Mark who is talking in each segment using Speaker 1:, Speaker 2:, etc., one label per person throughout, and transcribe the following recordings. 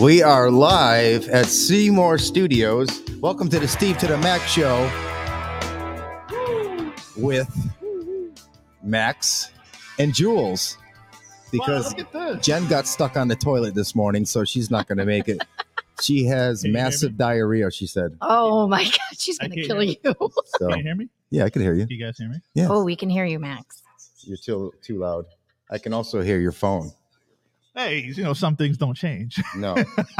Speaker 1: We are live at Seymour Studios. Welcome to the Steve to the Max show with Max and Jules because
Speaker 2: Wow, look at this.
Speaker 1: Jen got stuck on the toilet this morning, so she's not going to make it. She has
Speaker 2: Can you hear
Speaker 1: massive
Speaker 2: me?
Speaker 1: diarrhea, she said.
Speaker 3: Oh my God, she's
Speaker 2: I
Speaker 3: gonna
Speaker 2: can't
Speaker 3: kill
Speaker 2: hear
Speaker 3: you.
Speaker 1: So,
Speaker 2: Can you hear me?
Speaker 1: yeah, I can hear you.
Speaker 2: Do you guys hear me?
Speaker 1: Yeah.
Speaker 3: Oh, we can hear you, Max.
Speaker 1: You're too, too loud. I can also hear your phone.
Speaker 2: Hey, you know some things don't change.
Speaker 1: No.
Speaker 3: Come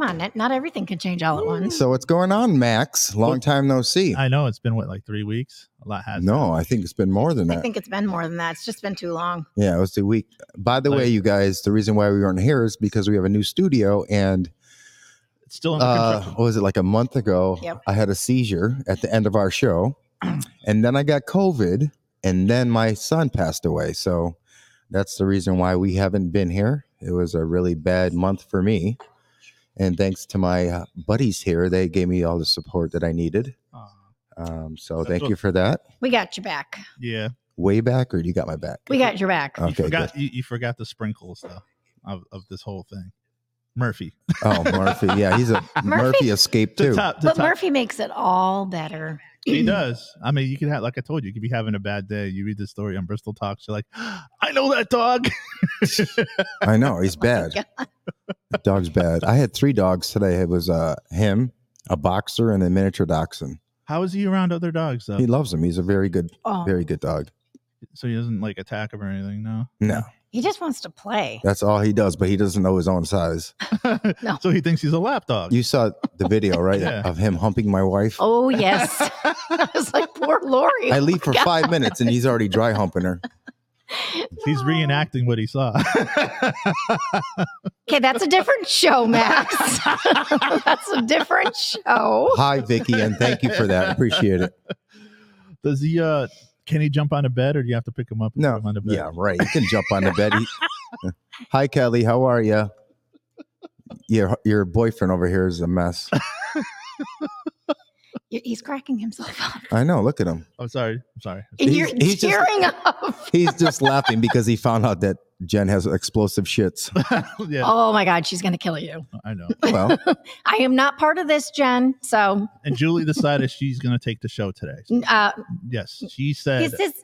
Speaker 3: on, not, not everything can change all at once.
Speaker 1: so, what's going on, Max? Long time no see.
Speaker 2: I know it's been what like three weeks. A lot has.
Speaker 1: No, I think it's been more than
Speaker 3: I
Speaker 1: that.
Speaker 3: think it's been more than that. It's just been too long.
Speaker 1: Yeah, it was the week. By the way,
Speaker 2: Like-
Speaker 1: you guys, the reason why we weren't here is because we have a new studio, and
Speaker 2: It's still under
Speaker 1: uh,
Speaker 2: construction.
Speaker 1: what was it like a month ago?
Speaker 3: Yep.
Speaker 1: I had a seizure at the end of our show, and then I got COVID, and then my son passed away. So that's the reason why we haven't been here. It was a really bad month for me, and thanks to my uh, buddies here, they gave me all the support that I needed.
Speaker 2: Uh,
Speaker 1: Um, so
Speaker 2: That's
Speaker 1: thank
Speaker 2: what-
Speaker 1: you for that.
Speaker 3: We got you back.
Speaker 2: yeah.
Speaker 1: Way back, or you got my back?
Speaker 3: We got your back.
Speaker 1: Okay,
Speaker 2: you forgot you, you forgot the sprinkles though of, of this whole thing. Murphy.
Speaker 1: Oh, Murphy. Yeah, he's a
Speaker 3: Murphy-
Speaker 1: Murphy escaped
Speaker 2: The
Speaker 1: too.
Speaker 2: top, the
Speaker 3: but
Speaker 2: top-
Speaker 3: Murphy makes it all better.
Speaker 2: He does. I mean, you could have like I told you, you could be having a bad day. You read this story on Bristol Talks, you're like, I know that dog.
Speaker 1: I know he's bad.
Speaker 3: God.
Speaker 1: The dog's bad. I had three dogs today. It was uh him, a boxer, and a miniature dachshund.
Speaker 2: How is he around other dogs though?
Speaker 1: He loves him. He's a very good,
Speaker 3: Oh,
Speaker 1: very good dog.
Speaker 2: so he doesn't like attack him or anything, no.
Speaker 1: No,
Speaker 3: he just wants to play.
Speaker 1: that's all he does. But he doesn't know his own size.
Speaker 2: Oh,
Speaker 3: No.
Speaker 2: So he thinks he's a lap dog.
Speaker 1: You saw the video, right,
Speaker 2: Yeah.
Speaker 1: of him humping my wife.
Speaker 3: Oh yes. I was like, poor Lori.
Speaker 1: I leave for five minutes, and he's already dry humping her.
Speaker 2: He's
Speaker 3: No.
Speaker 2: reenacting what he saw.
Speaker 3: Okay, that's a different show, Max. that's a different show.
Speaker 1: Hi, Vicky, and thank you for that. Appreciate it.
Speaker 2: Does he uh can he jump on a bed or do you have to pick him up and
Speaker 1: No.
Speaker 2: put him on the bed?
Speaker 1: Yeah, right. You can jump on the bed. He- Hi, Kelly. How are you? Your your boyfriend over here is a mess.
Speaker 3: He- He's cracking himself up,
Speaker 1: I know. Look at him.
Speaker 2: I'm Oh, sorry. I'm sorry.
Speaker 3: and
Speaker 1: He's-
Speaker 3: you're
Speaker 1: he's just-
Speaker 3: tearing up.
Speaker 1: He's just laughing because he found out that Jen has explosive shits.
Speaker 2: yeah,
Speaker 3: Oh my God, she's gonna kill you.
Speaker 2: I know.
Speaker 1: Well,
Speaker 3: I am not part of this, Jen. So
Speaker 2: And Julie decided she's going to take the show today.
Speaker 3: uh,
Speaker 2: Yes, she
Speaker 3: this
Speaker 2: said
Speaker 3: is,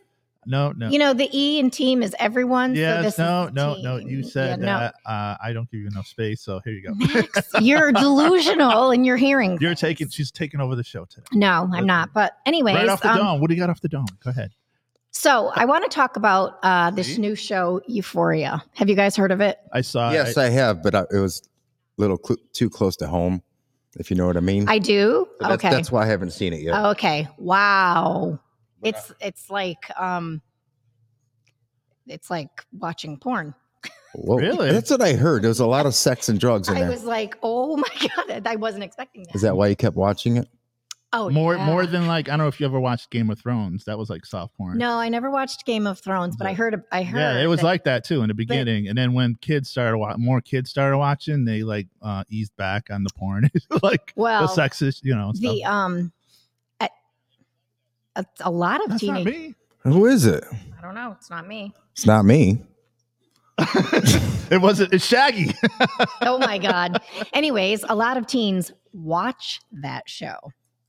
Speaker 2: no, no.
Speaker 3: you know, the E in team is everyone. so
Speaker 2: yes,
Speaker 3: this
Speaker 2: no,
Speaker 3: is
Speaker 2: no,
Speaker 3: team.
Speaker 2: no. You
Speaker 3: Yeah,
Speaker 2: said
Speaker 3: no.
Speaker 2: that uh, I don't give you enough space, so here you go.
Speaker 3: Max, you're delusional and you're hearing.
Speaker 2: You're taking. She's taking over the show today.
Speaker 3: no, I'm not. But anyways,
Speaker 2: right off the
Speaker 3: um,
Speaker 2: dome. What do you got off the dome? Go ahead.
Speaker 3: so I want to talk about uh, this
Speaker 2: See?
Speaker 3: new show, Euphoria. Have you guys heard of it?
Speaker 2: I saw.
Speaker 1: yes,
Speaker 2: I,
Speaker 1: I have, but I, it was a little cl- too close to home, if you know what I mean.
Speaker 3: I do.
Speaker 1: So that's,
Speaker 3: okay. Oh.
Speaker 1: That's why I haven't seen it yet.
Speaker 3: Okay. Wow.
Speaker 1: But
Speaker 3: It's it's like um, it's like watching porn.
Speaker 1: Whoa.
Speaker 2: Really?
Speaker 1: That's what I heard. There was a lot of sex and drugs in
Speaker 3: I
Speaker 1: there.
Speaker 3: was like, oh my god, I wasn't expecting that.
Speaker 1: Is that why you kept watching it?
Speaker 3: oh,
Speaker 2: more
Speaker 3: yeah.
Speaker 2: more than like I don't know if you ever watched Game of Thrones. That was like soft porn.
Speaker 3: No, I never watched Game of Thrones, but I
Speaker 2: Yeah.
Speaker 3: heard I heard
Speaker 2: Yeah, it was
Speaker 3: that-
Speaker 2: like that too in the beginning, and then when kids started wa- more kids started watching, they like uh, eased back on the porn, like
Speaker 3: well
Speaker 2: the sexist, you know. and
Speaker 3: Oh. the
Speaker 2: stuff.
Speaker 3: um a, a, a lot of
Speaker 2: That's not
Speaker 3: uh, teenage
Speaker 2: me.
Speaker 1: Who is it?
Speaker 3: I don't know, it's not me.
Speaker 1: It's not me.
Speaker 2: it wasn't. It's Shaggy.
Speaker 3: Oh my god. Anyways, a lot of teens watch that show.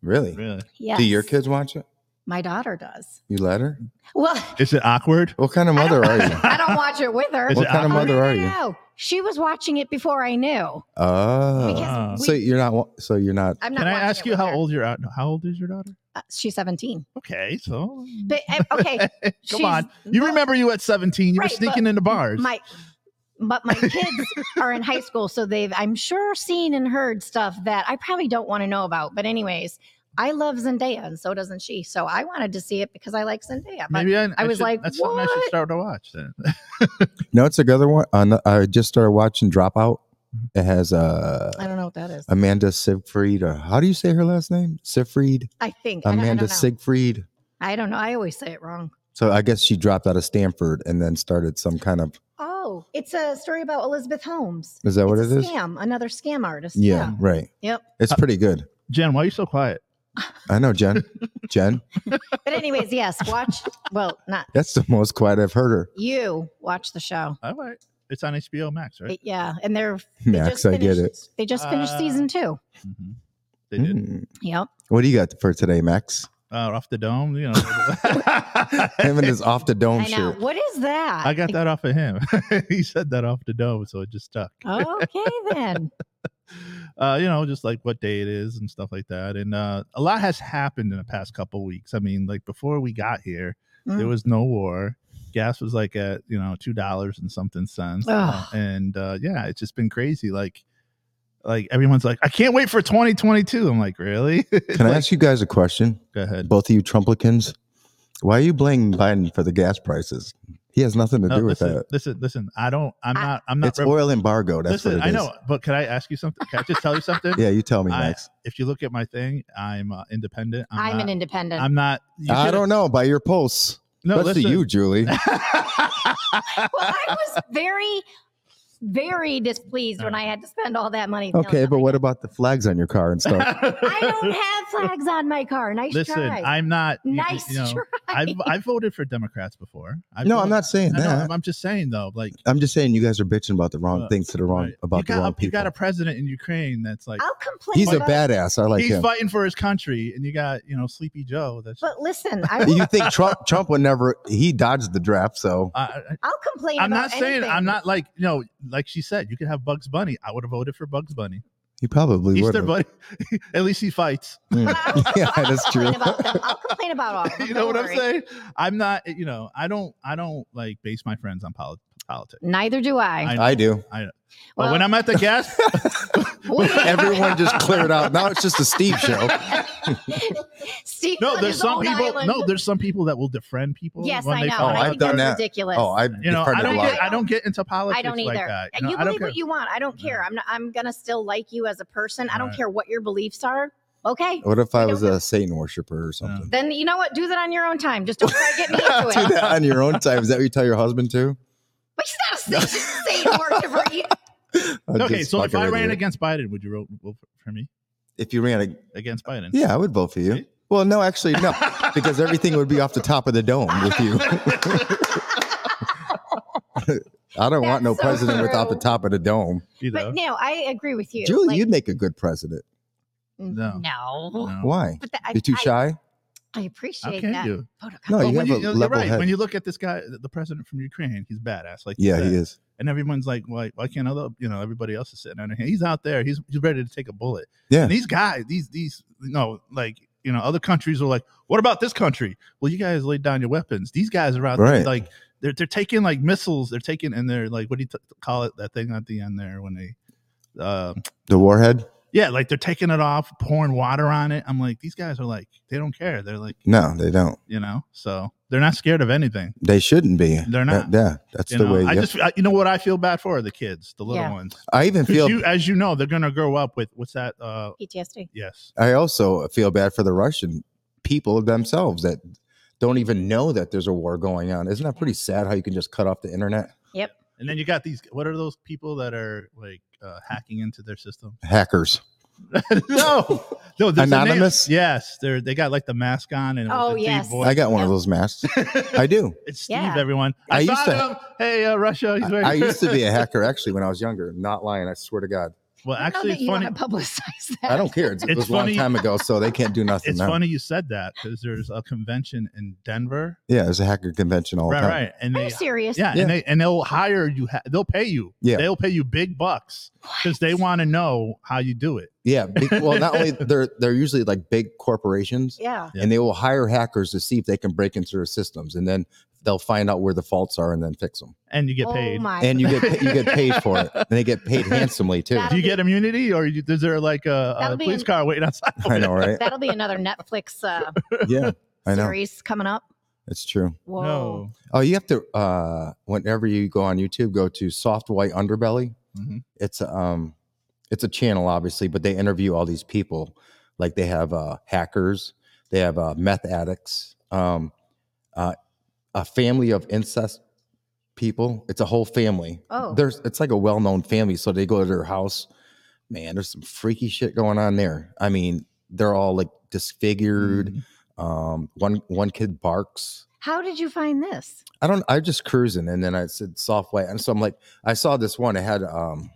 Speaker 1: Really?
Speaker 2: really?
Speaker 3: Yes.
Speaker 1: Do your kids watch it?
Speaker 3: My daughter does.
Speaker 1: You let her?
Speaker 3: Well,
Speaker 2: Is it awkward?
Speaker 1: What kind of
Speaker 3: I
Speaker 1: mother are you?
Speaker 3: I don't watch it with her.
Speaker 2: Is
Speaker 1: What
Speaker 2: it
Speaker 1: kind of
Speaker 3: Oh, no,
Speaker 1: mother
Speaker 3: no,
Speaker 1: are you?
Speaker 3: no. She was watching it before I knew.
Speaker 1: Oh,
Speaker 2: Ah.
Speaker 3: Because we,
Speaker 1: so you're not. wa- So you're not.
Speaker 3: I'm not
Speaker 2: Can I
Speaker 3: watching
Speaker 2: ask
Speaker 3: it
Speaker 2: you
Speaker 3: with
Speaker 2: how
Speaker 3: her.
Speaker 2: old your out- how old is your daughter?
Speaker 3: Uh, she's 17.
Speaker 2: Okay, so
Speaker 3: But uh, okay,
Speaker 2: come
Speaker 3: she's-
Speaker 2: on. You
Speaker 3: no,
Speaker 2: remember you at seventeen? You
Speaker 3: Right,
Speaker 2: were
Speaker 3: but
Speaker 2: sneaking into bars.
Speaker 3: my but my kids are in high school so they've i'm sure seen and heard stuff that i probably don't want to know about but anyways i love zendaya and so doesn't she so i wanted to see it because i like zendaya but
Speaker 2: Maybe I, I
Speaker 3: was
Speaker 2: should-
Speaker 3: like,
Speaker 2: that's something I should
Speaker 3: "What?"
Speaker 2: start to watch. Then
Speaker 1: No, it's another one. On the, I just started watching Dropout. It has uh,
Speaker 3: i don't know what that is
Speaker 1: Amanda Siegfried. Or how do you say her last name? Siegfried.
Speaker 3: i think I don't- I
Speaker 1: Amanda
Speaker 3: don't, know.
Speaker 1: Siegfried.
Speaker 3: I don't know i always say it wrong
Speaker 1: So I guess she dropped out of Stanford and then started some kind of.
Speaker 3: oh it's a story about elizabeth holmes
Speaker 1: Is that what
Speaker 3: it's
Speaker 1: it
Speaker 3: a
Speaker 1: is?
Speaker 3: scam another scam artist
Speaker 1: Yeah, right.
Speaker 3: Yep.
Speaker 2: Uh,
Speaker 1: It's pretty good.
Speaker 2: Jen, why are you so quiet?
Speaker 1: I know, Jen. Jen,
Speaker 3: but anyways yes watch well not
Speaker 1: that's the most quiet I've heard her.
Speaker 3: you watch the show
Speaker 2: All right, It's on HBO Max, right?
Speaker 3: It- yeah, and they're they
Speaker 1: Max,
Speaker 3: just
Speaker 1: I get it.
Speaker 3: finished- They just finished
Speaker 2: Uh,
Speaker 3: season two.
Speaker 2: hmm They did.
Speaker 1: Hmm.
Speaker 3: Yep.
Speaker 1: What do you got for today, Max?
Speaker 3: Hmm.
Speaker 2: Uh, off the dome, you know.
Speaker 1: Him and his off the dome
Speaker 3: I know.
Speaker 1: shit.
Speaker 3: What is that?
Speaker 2: I got that off of him. he said that off the dome, so it just stuck.
Speaker 3: okay then.
Speaker 2: uh, you know, just like what day it is and stuff like that. And uh, a lot has happened in the past couple weeks. I mean, like before we got here, there
Speaker 3: Mm.
Speaker 2: was no war. Gas was like at you know two dollars and something cents,
Speaker 3: Ugh.
Speaker 2: and uh, yeah, it's just been crazy. Like, like everyone's like, I can't wait for 2022. I'm like, really?
Speaker 1: Can I ask you guys a question?
Speaker 2: Go ahead.
Speaker 1: Both of you Trumplicans, why are you blaming Biden for the gas prices? He has nothing to
Speaker 2: No,
Speaker 1: do with
Speaker 2: listen,
Speaker 1: that.
Speaker 2: listen, listen. I don't. I'm
Speaker 3: I-
Speaker 2: not. I'm not.
Speaker 1: it's
Speaker 2: rep-
Speaker 1: oil embargo. That's
Speaker 2: listen,
Speaker 1: what it
Speaker 2: I
Speaker 1: is.
Speaker 2: know, but can I ask you something? Can I just tell you something?
Speaker 1: Yeah, you tell me,
Speaker 2: I-
Speaker 1: Max.
Speaker 2: If you look at my thing, I'm uh, independent. I'm,
Speaker 3: I'm
Speaker 2: not,
Speaker 3: an independent.
Speaker 2: I'm not. you
Speaker 1: I
Speaker 2: should-
Speaker 1: don't know by your pulse.
Speaker 2: No,
Speaker 1: That's to
Speaker 2: listen.
Speaker 1: you, Julie.
Speaker 3: well, I was very, very displeased
Speaker 2: Uh.
Speaker 3: when I had to spend all that money.
Speaker 1: Okay,
Speaker 3: filling
Speaker 1: but
Speaker 3: up
Speaker 1: what about the flags on your car and stuff?
Speaker 3: my- I don't have flags on my car. Nice
Speaker 2: Listen,
Speaker 3: try.
Speaker 2: I'm not. you- you
Speaker 3: nice
Speaker 2: know,
Speaker 3: try.
Speaker 2: I've I've voted for Democrats before. I've
Speaker 1: no, I'm
Speaker 2: voted-
Speaker 1: not saying
Speaker 2: I know,
Speaker 1: that.
Speaker 2: I'm- I'm just saying though, like
Speaker 1: I'm just saying you guys are bitching about the wrong
Speaker 2: Uh,
Speaker 1: things to the wrong
Speaker 2: right. you
Speaker 1: about
Speaker 2: got
Speaker 1: the wrong
Speaker 2: a, you
Speaker 1: people.
Speaker 2: got a president in Ukraine that's like
Speaker 3: I'll complain.
Speaker 1: He's a
Speaker 3: about-
Speaker 1: badass. I like
Speaker 2: he's
Speaker 1: him.
Speaker 2: fighting for his country, and you got you know Sleepy Joe. That's
Speaker 3: But listen, I will,
Speaker 1: you think Trump Trump would never he dodged the draft, so
Speaker 2: I, I-
Speaker 3: I'll complain.
Speaker 2: I'm not
Speaker 3: about
Speaker 2: saying
Speaker 3: anything.
Speaker 2: I'm not like you know like she said you could have Bugs Bunny. I would have voted for Bugs Bunny.
Speaker 1: he probably
Speaker 2: He's
Speaker 1: would.
Speaker 2: their buddy. At least he fights.
Speaker 3: But I'll,
Speaker 1: Yeah,
Speaker 3: I'll
Speaker 1: that's true.
Speaker 3: complain About them. I'll complain about all. Of them.
Speaker 2: you know
Speaker 3: Don't
Speaker 2: what
Speaker 3: worry.
Speaker 2: I'm saying? I'm not. eh, You know, I don't. I don't like base my friends on poli- politics.
Speaker 3: Neither do I.
Speaker 2: I-
Speaker 1: I do.
Speaker 2: but when I'm at the gas,
Speaker 1: Everyone just cleared out. Now it's just a Steve show.
Speaker 3: Steve
Speaker 2: no,
Speaker 3: on
Speaker 2: there's
Speaker 3: his
Speaker 2: some
Speaker 3: own
Speaker 2: people.
Speaker 3: island.
Speaker 2: No, there's some people that will defriend people.
Speaker 3: Yes,
Speaker 2: when
Speaker 3: I
Speaker 2: they
Speaker 3: know.
Speaker 2: find
Speaker 3: and
Speaker 1: Oh,
Speaker 3: I
Speaker 2: out
Speaker 1: I've
Speaker 3: think
Speaker 1: done
Speaker 2: they're-
Speaker 3: that's
Speaker 1: that.
Speaker 3: ridiculous.
Speaker 1: Oh, I
Speaker 2: You know, I
Speaker 1: defriended a
Speaker 2: don't
Speaker 1: lot.
Speaker 2: get. I don't get into politics.
Speaker 3: I don't either.
Speaker 2: Like that. You,
Speaker 3: And
Speaker 2: know,
Speaker 3: you
Speaker 2: I don't
Speaker 3: believe
Speaker 2: care.
Speaker 3: what you want. I don't care. I'm not, I'm gonna still like you as a person. I don't
Speaker 2: Right.
Speaker 3: care what your beliefs are. Okay.
Speaker 1: What if I
Speaker 3: don't
Speaker 1: was a Satan worshiper or something?
Speaker 3: Then you know what? Do that on your own time. Just don't try to get me into
Speaker 1: Do
Speaker 3: it.
Speaker 1: that on your own time. Is that what you tell your husband too?
Speaker 3: But he's not a Satan worshiper. He-
Speaker 1: I'm
Speaker 2: okay,
Speaker 1: just
Speaker 2: so if
Speaker 1: fucking
Speaker 2: I
Speaker 1: with
Speaker 2: ran
Speaker 1: you.
Speaker 2: against Biden, would you vote- vote for me
Speaker 1: if you ran, a,
Speaker 2: against Biden?
Speaker 1: yeah, I would vote for you.
Speaker 2: See?
Speaker 1: Well, no, actually, no, because everything would be off the top of the dome with you. I don't want no
Speaker 3: That's so
Speaker 1: president
Speaker 3: true.
Speaker 1: without the top of the dome.
Speaker 2: You know?
Speaker 3: But no, I agree with you.
Speaker 1: Julie,
Speaker 3: Like,
Speaker 1: you'd make a good president.
Speaker 2: No.
Speaker 3: no.
Speaker 2: No.
Speaker 1: Why?
Speaker 3: But that, I,
Speaker 1: You're too
Speaker 3: I-
Speaker 1: shy?
Speaker 3: I,
Speaker 2: How
Speaker 3: appreciate
Speaker 2: can
Speaker 3: that.
Speaker 2: you?
Speaker 3: photocopy.
Speaker 1: No,
Speaker 2: But
Speaker 1: Oh, you
Speaker 2: when
Speaker 1: have
Speaker 2: you,
Speaker 1: a
Speaker 2: you're
Speaker 1: level
Speaker 2: right.
Speaker 1: head.
Speaker 2: When you look at this guy, the president from Ukraine, he's badass. Like you
Speaker 1: Yeah,
Speaker 2: said.
Speaker 1: he is.
Speaker 2: and everyone's like, "Why? Why can't other? You know, everybody else is sitting under here. He's out there. He's he's ready to take a bullet.
Speaker 1: Yeah.
Speaker 2: And these guys, these these you know, like you know, other countries are like, "What about this country? Well, you guys laid down your weapons. These guys are out there
Speaker 1: Right.
Speaker 2: like they're they're taking like missiles. They're taking and they're like, what do you t- call it? That thing at the end there when they, uh,
Speaker 1: The warhead?
Speaker 2: yeah, like they're taking it off, pouring water on it. I'm like, these guys are like, they don't care. They're like,
Speaker 1: No, they don't.
Speaker 2: you know, so they're not scared of anything.
Speaker 1: They shouldn't be.
Speaker 2: They're not.
Speaker 1: That- yeah, that's
Speaker 2: You
Speaker 1: the
Speaker 2: know,
Speaker 1: way.
Speaker 2: I
Speaker 1: yep.
Speaker 2: just, I, you know what I feel bad for the kids, the little
Speaker 3: Yeah.
Speaker 2: ones.
Speaker 1: I even
Speaker 2: Because
Speaker 1: feel.
Speaker 2: you, as you know, they're gonna grow up with what's that? Uh,
Speaker 3: PTSD.
Speaker 2: yes,
Speaker 1: I also feel bad for the Russian people themselves that don't even know that there's a war going on. Isn't that pretty sad? How you can just cut off the internet?
Speaker 2: and then you got these. What are those people that are like uh, hacking into their system?
Speaker 1: Hackers.
Speaker 2: no, no, there's a name-
Speaker 1: Anonymous?
Speaker 2: Yes, they're they got like the mask on and with
Speaker 3: Oh,
Speaker 2: the deep
Speaker 3: yes.
Speaker 2: voice.
Speaker 1: I got one of
Speaker 3: Yeah.
Speaker 1: those masks. I do.
Speaker 2: it's Steve.
Speaker 3: Yeah.
Speaker 2: Everyone, I,
Speaker 1: I used
Speaker 2: saw
Speaker 1: to-
Speaker 2: him. Hey, uh, Russia. He's
Speaker 1: I,
Speaker 2: very-
Speaker 1: I used to be a hacker actually when I was younger. Not lying. I swear to God.
Speaker 2: well,
Speaker 3: I don't
Speaker 2: actually,
Speaker 3: know that
Speaker 2: it's
Speaker 3: you
Speaker 2: funny.
Speaker 3: want to publicize that.
Speaker 1: I don't care. It's, it
Speaker 2: It's
Speaker 1: was
Speaker 2: funny-
Speaker 1: a long time ago, so they can't do nothing
Speaker 2: It's
Speaker 1: now.
Speaker 2: funny you said that because there's a convention in Denver.
Speaker 1: Yeah, there's a hacker convention all the
Speaker 2: Right,
Speaker 1: time.
Speaker 2: right, and
Speaker 3: Are you
Speaker 2: they.
Speaker 3: serious?
Speaker 2: Yeah,
Speaker 1: Yeah.
Speaker 2: and they and they'll hire you. Ha- they'll pay you.
Speaker 1: Yeah.
Speaker 2: they'll pay you big bucks because they want to know how you do it.
Speaker 1: Yeah. be- well, not only they're they're usually like big corporations.
Speaker 3: Yeah.
Speaker 2: Yeah.
Speaker 1: and they will hire hackers to see if they can break into their systems and then they'll find out where the faults are and then fix them
Speaker 2: and you get
Speaker 3: oh
Speaker 2: paid.
Speaker 3: my.
Speaker 1: and you get you get paid for it and they get paid handsomely too
Speaker 2: Do
Speaker 3: That'll
Speaker 2: you get immunity, or you, is there like a,
Speaker 3: That'll
Speaker 2: a
Speaker 3: be
Speaker 2: police
Speaker 3: an-
Speaker 2: car waiting outside? for
Speaker 1: i
Speaker 2: you?
Speaker 1: know right
Speaker 3: That'll be another Netflix uh,
Speaker 1: yeah i know
Speaker 3: series coming up.
Speaker 1: it's true
Speaker 3: Whoa.
Speaker 2: No.
Speaker 1: oh you have to uh whenever you go on youtube go to soft white underbelly
Speaker 2: Mhm.
Speaker 1: it's a, um it's a channel obviously but they interview all these people like they have uh hackers they have uh meth addicts um uh a family of incest people it's a whole family
Speaker 3: Oh.
Speaker 1: there's it's like a well-known family so they go to their house man there's some freaky shit going on there
Speaker 2: Mm-hmm.
Speaker 1: i mean they're all like disfigured um one one kid barks
Speaker 3: How did you find this?
Speaker 1: I don't. I was just cruising, and then I said soft white, and so I'm like, I saw this one. It had um,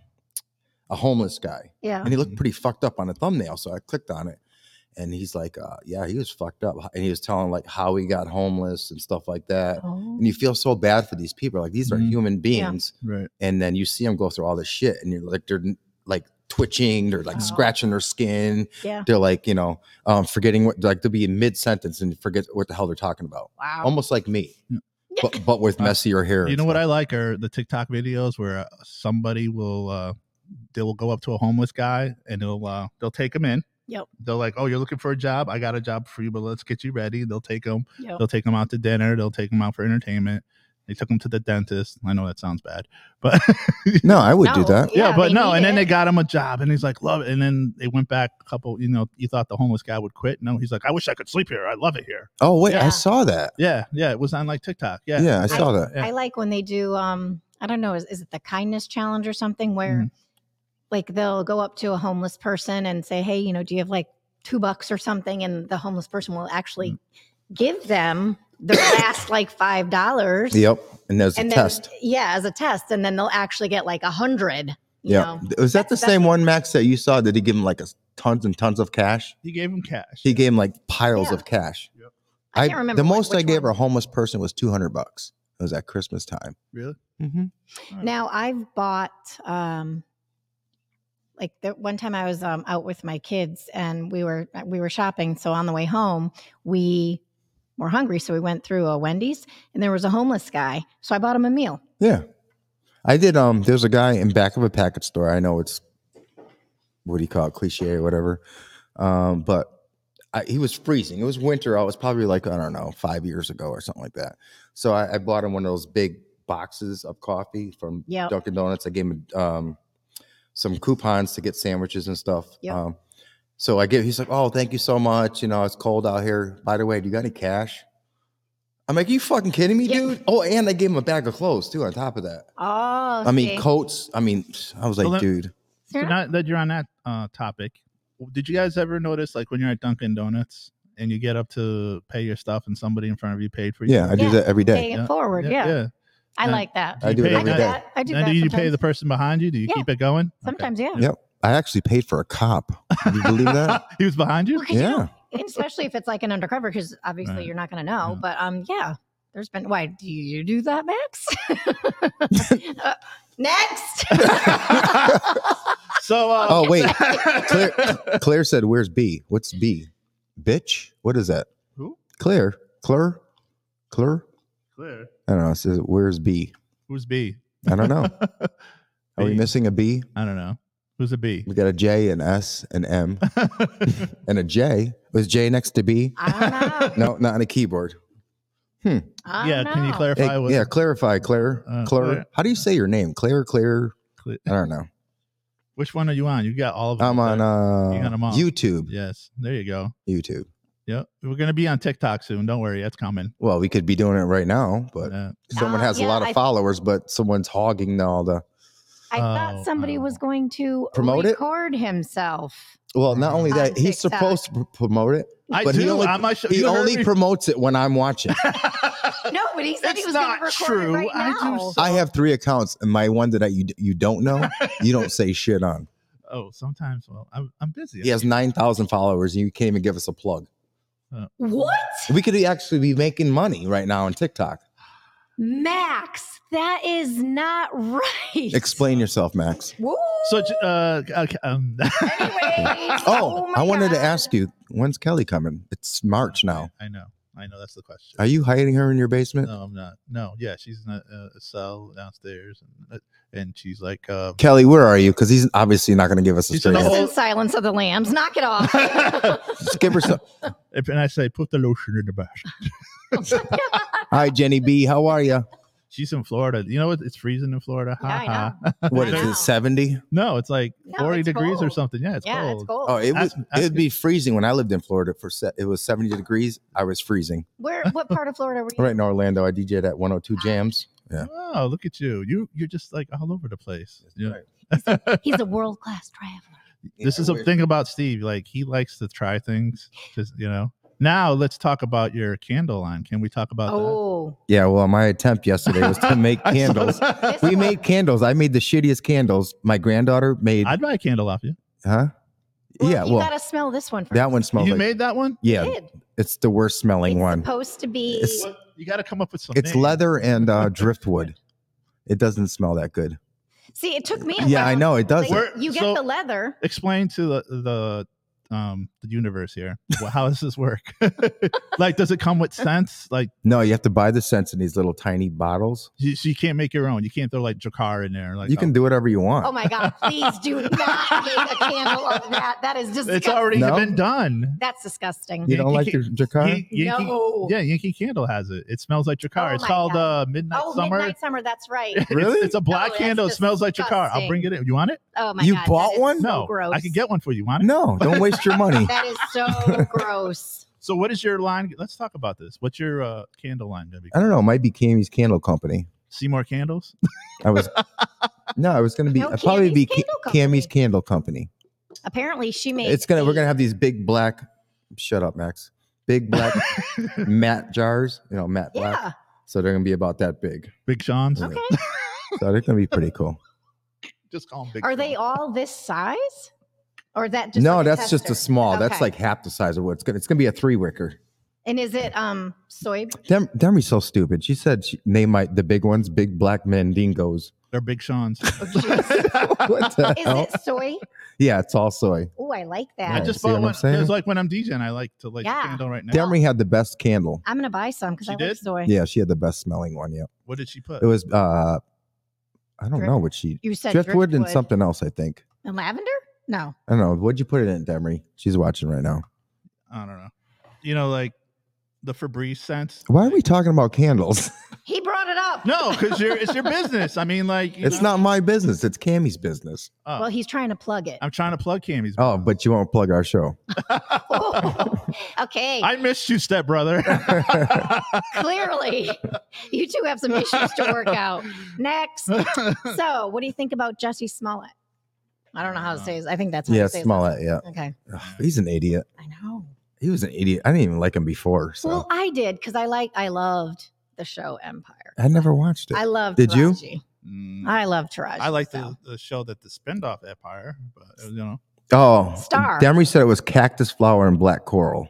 Speaker 1: a homeless guy,
Speaker 3: Yeah.
Speaker 1: and he looked pretty fucked up on the thumbnail. So I clicked on it, and he's like, uh, "Yeah, he was fucked up," and he was telling like how he got homeless and stuff like that.
Speaker 3: Oh.
Speaker 1: And you feel so bad for these people. Like these are
Speaker 2: Mhm.
Speaker 1: human beings,
Speaker 2: Right.
Speaker 1: and then you see them go through all this shit, and you're like, they're like twitching, they're like
Speaker 3: Oh.
Speaker 1: scratching their skin,
Speaker 3: Yeah.
Speaker 1: they're like, you know, um, forgetting what like they'll be in mid sentence and forget what the hell they're talking about.
Speaker 3: Wow.
Speaker 1: Almost like me,
Speaker 2: Yeah.
Speaker 1: but but with
Speaker 2: Uh,
Speaker 1: messier hair.
Speaker 2: You
Speaker 1: and
Speaker 2: know what
Speaker 1: stuff.
Speaker 2: I like are the TikTok videos where uh, somebody will uh, they will go up to a homeless guy and they'll uh, they'll take him in.
Speaker 3: Yep.
Speaker 2: They're like, "Oh, you're looking for a job? I got a job for you, but let's get you ready." They'll take him.
Speaker 3: Yep.
Speaker 2: They'll take him out to dinner. They'll take him out for entertainment. They took him to the dentist. I know that sounds bad, but
Speaker 1: No, I would do
Speaker 3: No.
Speaker 1: that.
Speaker 2: yeah,
Speaker 3: Yeah,
Speaker 2: but
Speaker 3: they
Speaker 2: no.
Speaker 3: need
Speaker 2: And then
Speaker 3: it.
Speaker 2: they got him a job, and he's like, "Love it." And then they went back a couple. You know, you thought the homeless guy would quit. No, he's like, "I wish I could sleep here. I love it here."
Speaker 1: Oh wait,
Speaker 3: Yeah.
Speaker 1: I saw that.
Speaker 2: Yeah, yeah. It was on like TikTok. Yeah,
Speaker 1: Yeah, I saw that.
Speaker 2: Yeah.
Speaker 3: I like when they do um I don't know is, is it the kindness challenge or something where
Speaker 1: Mm-hmm.
Speaker 2: Mhm.
Speaker 3: like they'll go up to a homeless person and say, "Hey, you know, do you have like 2 bucks or something?" and the homeless person will actually
Speaker 1: Mm-hmm.
Speaker 3: give them their last like $5
Speaker 1: Yep, and there's
Speaker 3: and
Speaker 1: a
Speaker 3: then
Speaker 1: test.
Speaker 3: yeah, as a test and then they'll actually get like a 100, you
Speaker 1: Yeah,
Speaker 3: know.
Speaker 1: was that the
Speaker 3: That's- that's-
Speaker 1: same one, Max, that you saw? Did he give him like a, tons and tons of cash?
Speaker 2: He gave him cash.
Speaker 1: He gave him like piles
Speaker 3: Yeah.
Speaker 1: of cash.
Speaker 2: Yep.
Speaker 3: I can't remember
Speaker 1: The
Speaker 3: what-
Speaker 1: most I
Speaker 3: which
Speaker 1: gave
Speaker 3: one.
Speaker 1: a homeless person was two hundred bucks. It was at Christmas time.
Speaker 2: really.
Speaker 1: Mm-hmm.
Speaker 3: Now I've bought um like the one time I was um, out with my kids and we were uh, we were shopping. So on the way home, we were hungry, so we went through a Wendy's and there was a homeless guy. So I bought him a meal.
Speaker 1: Yeah, I did. Um, there's a guy in back of a package store. I know it's what do you call it, cliche or whatever. Um, but I, he was freezing. It was winter. I was probably like I don't know five years ago or something like that. So I, I bought him one of those big boxes of coffee from
Speaker 3: Yep.
Speaker 1: Dunkin' Donuts. I gave him um, some coupons to get sandwiches and stuff.
Speaker 3: Yep.
Speaker 1: Um, so I give. He's like, "Oh, thank you so much. You know, it's cold out here. By the way, do you got any cash?" I'm like, "You fucking kidding me,
Speaker 3: Yeah.
Speaker 1: dude?" Oh, and I gave him a bag of clothes too. On top of that,
Speaker 3: Oh,
Speaker 1: I mean coats. I mean, I was like,
Speaker 2: So let-
Speaker 1: "Dude,
Speaker 2: So now that you're on that uh, topic, did you guys ever notice like when you're at Dunkin' Donuts and you get up to pay your stuff and somebody in front of you paid for you?
Speaker 1: yeah, I do
Speaker 3: Yeah.
Speaker 1: that every day."
Speaker 3: pay it forward. Yeah, I
Speaker 2: Yeah.
Speaker 3: like that.
Speaker 1: I do it
Speaker 2: pay-
Speaker 1: every
Speaker 2: now-
Speaker 3: do
Speaker 1: day.
Speaker 3: that. I do
Speaker 2: now
Speaker 3: that.
Speaker 2: do you pay
Speaker 3: sometimes.
Speaker 2: the person behind you? Do you
Speaker 3: Yeah.
Speaker 2: keep it going?
Speaker 3: Sometimes, yeah.
Speaker 1: Yep. I actually paid for a cop. Can you believe that?
Speaker 2: he was behind you.
Speaker 3: Well, 'cause you
Speaker 1: yeah.
Speaker 3: don't- and especially if it's like an undercover, because obviously
Speaker 2: Right.
Speaker 3: you're not going to know.
Speaker 2: Yeah.
Speaker 3: But um, yeah, there's been. Why do you do that, Max? Uh, next.
Speaker 2: So, uh,
Speaker 1: Oh, wait. Clear, Claire said, "Where's B? What's B? Bitch? What is that?"
Speaker 2: Who?
Speaker 1: Claire. Claire. Claire.
Speaker 2: Clear.
Speaker 1: I don't know. It says, "Where's B?"
Speaker 2: Who's B?
Speaker 1: I don't know. Are we
Speaker 2: B.
Speaker 1: missing a B?
Speaker 2: I don't know. Who's a B?
Speaker 1: We got a J, an S, an M, and a J. Was J next to B?
Speaker 3: I don't know.
Speaker 1: No, not on a keyboard.
Speaker 3: I
Speaker 2: yeah.
Speaker 3: don't
Speaker 2: Can you
Speaker 3: know.
Speaker 1: Hey,
Speaker 2: clarify? what,
Speaker 1: yeah, clarify, Claire.
Speaker 2: Uh,
Speaker 1: Claire.
Speaker 2: Claire.
Speaker 1: How do you say your name? Claire. Claire.
Speaker 2: Clear.
Speaker 1: I don't know.
Speaker 2: Which one are you on? You got all of
Speaker 1: I'm
Speaker 2: them.
Speaker 1: on
Speaker 2: there.
Speaker 1: uh,
Speaker 2: You got 'em all.
Speaker 1: YouTube.
Speaker 2: yes. There you go.
Speaker 1: YouTube.
Speaker 2: Yep. We're gonna be on TikTok soon. Don't worry, that's coming.
Speaker 1: Well, we could be doing it right now, but
Speaker 2: Uh,
Speaker 1: someone
Speaker 3: Uh,
Speaker 1: has
Speaker 3: yeah,
Speaker 1: a lot of
Speaker 3: I-
Speaker 1: followers, but someone's hogging all the.
Speaker 3: I
Speaker 2: Oh,
Speaker 3: thought somebody
Speaker 2: oh.
Speaker 3: was going to
Speaker 1: Promote it?
Speaker 3: record himself.
Speaker 1: Well, not only
Speaker 3: On
Speaker 1: that, he's
Speaker 3: TikTok.
Speaker 1: supposed to pr- promote it.
Speaker 2: I
Speaker 1: But
Speaker 2: do.
Speaker 1: he only-
Speaker 2: on my show,
Speaker 1: He
Speaker 2: you heard
Speaker 1: only
Speaker 2: me-
Speaker 1: promotes it when I'm watching.
Speaker 3: No, but he said he
Speaker 2: It's
Speaker 3: was going
Speaker 2: Uh, not
Speaker 3: to record it
Speaker 2: true.
Speaker 3: right
Speaker 2: I do
Speaker 3: now.
Speaker 2: so-
Speaker 1: I have three accounts, and my one that you d- you don't know, you don't say shit on.
Speaker 2: oh, sometimes. Well, I'm, I'm busy.
Speaker 1: He has nine thousand followers, and you can't even give us a plug.
Speaker 3: what,
Speaker 1: We could actually be making money right now on TikTok.
Speaker 3: Max? That is not right.
Speaker 1: Explain yourself, Max.
Speaker 3: Woo.
Speaker 2: So, j- uh, okay, um,
Speaker 3: Anyways,
Speaker 1: Oh,
Speaker 3: my
Speaker 1: I wanted to
Speaker 3: God.
Speaker 1: ask you, when's Kelly coming? It's March now.
Speaker 2: I know. I know. That's the question.
Speaker 1: Are you hiding her in your basement?
Speaker 2: no, I'm not. No, yeah, she's in a, a cell downstairs, and and she's like, uh,
Speaker 1: Kelly, where are you? Because he's obviously not going to give us a
Speaker 2: He's in
Speaker 1: straight
Speaker 2: the
Speaker 1: answer.
Speaker 3: Listen,
Speaker 2: Oh.
Speaker 3: Silence of the Lambs. Knock it off.
Speaker 1: Just give her some.
Speaker 2: if- and I say, put the lotion in the basket.
Speaker 1: Hi, Jenny B. How are you?
Speaker 2: She's in Florida. You know what? It's freezing in Florida.
Speaker 3: Yeah, I
Speaker 2: Ha ha.
Speaker 1: What is
Speaker 3: Wow.
Speaker 1: it, 70?
Speaker 2: No, it's like
Speaker 3: No,
Speaker 2: 40
Speaker 3: it's
Speaker 2: degrees or
Speaker 3: cold.
Speaker 2: something. Yeah, it's
Speaker 3: yeah,
Speaker 2: cold.
Speaker 3: it's cold.
Speaker 1: Oh, it would
Speaker 2: Ask- ask
Speaker 1: it'd be freezing when I lived in Florida for set. It was 70 degrees. I was freezing.
Speaker 3: Where? What part of Florida were you?
Speaker 1: Right in Orlando, I DJ'd at 102 Jams. Yeah.
Speaker 2: Oh, look at you. You you're just like all over the place. Yeah.
Speaker 3: He's a world class traveler.
Speaker 2: this is a thing about Steve. Like he likes to try things. Just you know. Now let's talk about your candle line. Can we talk about
Speaker 3: Oh,
Speaker 1: Yeah, well, my attempt
Speaker 2: that?
Speaker 1: yesterday was to make
Speaker 2: I saw
Speaker 1: candles.
Speaker 2: that.
Speaker 1: We made candles. I made the shittiest candles. My granddaughter made,
Speaker 2: I'd buy a candle off you.
Speaker 1: huh?
Speaker 3: well,
Speaker 1: yeah,
Speaker 3: you
Speaker 1: well,
Speaker 3: gotta smell this one first.
Speaker 1: that one smells
Speaker 2: you
Speaker 1: like,
Speaker 2: made that one.
Speaker 1: yeah,
Speaker 3: Kid.
Speaker 1: it's the worst smelling
Speaker 3: It's
Speaker 1: one.
Speaker 3: supposed to be.
Speaker 1: It's-
Speaker 2: You got to come up with something.
Speaker 1: It's leather and uh, driftwood. It doesn't smell that good.
Speaker 3: See, it took me. A
Speaker 1: Yeah, I
Speaker 3: while.
Speaker 1: know it
Speaker 3: Like,
Speaker 1: doesn't.
Speaker 2: Where-
Speaker 3: you get
Speaker 2: so-
Speaker 3: the leather.
Speaker 2: Explain to the the um the universe here. Well, how does this work? like, does it come with scents? Like,
Speaker 1: No, you have to buy the scents in these little tiny bottles.
Speaker 2: you, so you can't make your own. You can't throw like Jakar in there. Like,
Speaker 1: You can do whatever you want.
Speaker 3: Oh my God! Please do not make a candle of that. That is disgusting.
Speaker 2: It's already
Speaker 1: No.
Speaker 2: been done.
Speaker 3: That's disgusting.
Speaker 1: you don't
Speaker 2: You
Speaker 1: like the
Speaker 2: can-
Speaker 1: Jakar?
Speaker 2: Yan- Yankee-
Speaker 3: no.
Speaker 2: Yeah, Yankee Candle has it. It smells like Jakar.
Speaker 3: Oh
Speaker 2: it's
Speaker 3: my
Speaker 2: called uh,
Speaker 3: God.
Speaker 2: Midnight
Speaker 3: oh,
Speaker 2: Summer.
Speaker 3: midnight summer. That's right.
Speaker 2: It's-
Speaker 1: Really?
Speaker 2: It's, a black
Speaker 3: that's
Speaker 2: candle. It smells like Jakar. I'll bring it in. You want it?
Speaker 3: Oh my
Speaker 1: You
Speaker 3: God! that
Speaker 1: bought
Speaker 3: is
Speaker 1: one?
Speaker 3: so
Speaker 2: no.
Speaker 3: gross.
Speaker 2: I can get one for you. Want it?
Speaker 1: No, don't waste your money.
Speaker 3: That is so gross.
Speaker 2: So, what is your line? Let's talk about this. What's your uh, candle line going to be?
Speaker 1: I don't know. It might be Cammy's Candle Company.
Speaker 2: Seymour Candles?
Speaker 1: I was no, I was gonna be
Speaker 3: No,
Speaker 1: I'd probably
Speaker 3: Cammy's
Speaker 1: be Ca-
Speaker 3: Candle Company.
Speaker 1: Cammy's Candle Company.
Speaker 3: Apparently, she made.
Speaker 1: It's gonna we're
Speaker 3: a-
Speaker 1: gonna have these big black. Shut up, Max. Big black matte jars. You know, matte black.
Speaker 3: Yeah.
Speaker 1: So they're gonna be about that big.
Speaker 2: Big Sean's?
Speaker 1: Yeah.
Speaker 3: Okay.
Speaker 1: So they're gonna be pretty cool.
Speaker 2: Just call them Big
Speaker 3: Are they
Speaker 2: Sean.
Speaker 3: all this size? Or is that just
Speaker 1: no,
Speaker 3: like
Speaker 1: that's just
Speaker 3: tester?
Speaker 1: a small. That's
Speaker 3: Okay.
Speaker 1: like half the size of what it's gonna. It's gonna be a three wicker.
Speaker 3: And is it um soy?
Speaker 1: Dem- Demry's so stupid. She said she, name my the big ones big black mandingos.
Speaker 2: They're Big Sean's.
Speaker 1: What the
Speaker 3: Is
Speaker 1: hell?
Speaker 3: it soy?
Speaker 1: Yeah, it's all soy.
Speaker 3: Oh, I like
Speaker 2: Oh. I
Speaker 3: that.
Speaker 1: Yeah,
Speaker 2: just
Speaker 1: see what
Speaker 2: bought
Speaker 1: I'm
Speaker 2: one.
Speaker 1: saying?
Speaker 2: It's like when I'm DJing, I like to light
Speaker 3: Yeah.
Speaker 2: the candle right now.
Speaker 1: Demry had the best candle.
Speaker 3: I'm gonna buy some because
Speaker 2: She
Speaker 3: I like
Speaker 2: did?
Speaker 3: soy.
Speaker 1: Yeah, she had the best smelling one. Yeah,
Speaker 2: What did she put?
Speaker 1: it was. uh I don't
Speaker 3: Drift-
Speaker 1: know what she
Speaker 3: You said
Speaker 1: driftwood, and something else. I think.
Speaker 3: And lavender? No.
Speaker 1: I don't know. What'd you put it in, Demry? She's watching right now.
Speaker 2: I don't know. You know, like the Febreze scents.
Speaker 1: Why are we talking about candles?
Speaker 3: He brought it up.
Speaker 2: No, because you're it's your business. I mean, like you
Speaker 1: It's
Speaker 2: know,
Speaker 1: not my business. It's Cammy's business.
Speaker 2: oh,
Speaker 3: Well, he's trying to plug it.
Speaker 2: I'm trying to plug Cammy's.
Speaker 1: Oh, but you won't plug our show.
Speaker 3: Oh, okay.
Speaker 2: I missed you, step brother.
Speaker 3: Clearly, you two have some issues to work out. Next. So, what do you think about Jesse Smollett? I don't know how to
Speaker 2: Uh,
Speaker 3: say his. I think that's how
Speaker 1: Yeah,
Speaker 3: to say his last
Speaker 1: Smollett. Yeah,
Speaker 3: name. Okay.
Speaker 1: Ugh, he's an idiot.
Speaker 3: I know.
Speaker 1: He was an idiot. I didn't even like him before. So
Speaker 3: Well, I did because I like I loved the show Empire.
Speaker 1: I never watched it.
Speaker 3: I loved.
Speaker 1: Did you?
Speaker 3: Taraji.
Speaker 2: Mm,
Speaker 3: I love Taraji.
Speaker 2: I like
Speaker 3: so.
Speaker 2: the, the show that the spinoff Empire, but uh, you know,
Speaker 1: oh,
Speaker 3: Star.
Speaker 1: Demry said it was cactus flower and black coral.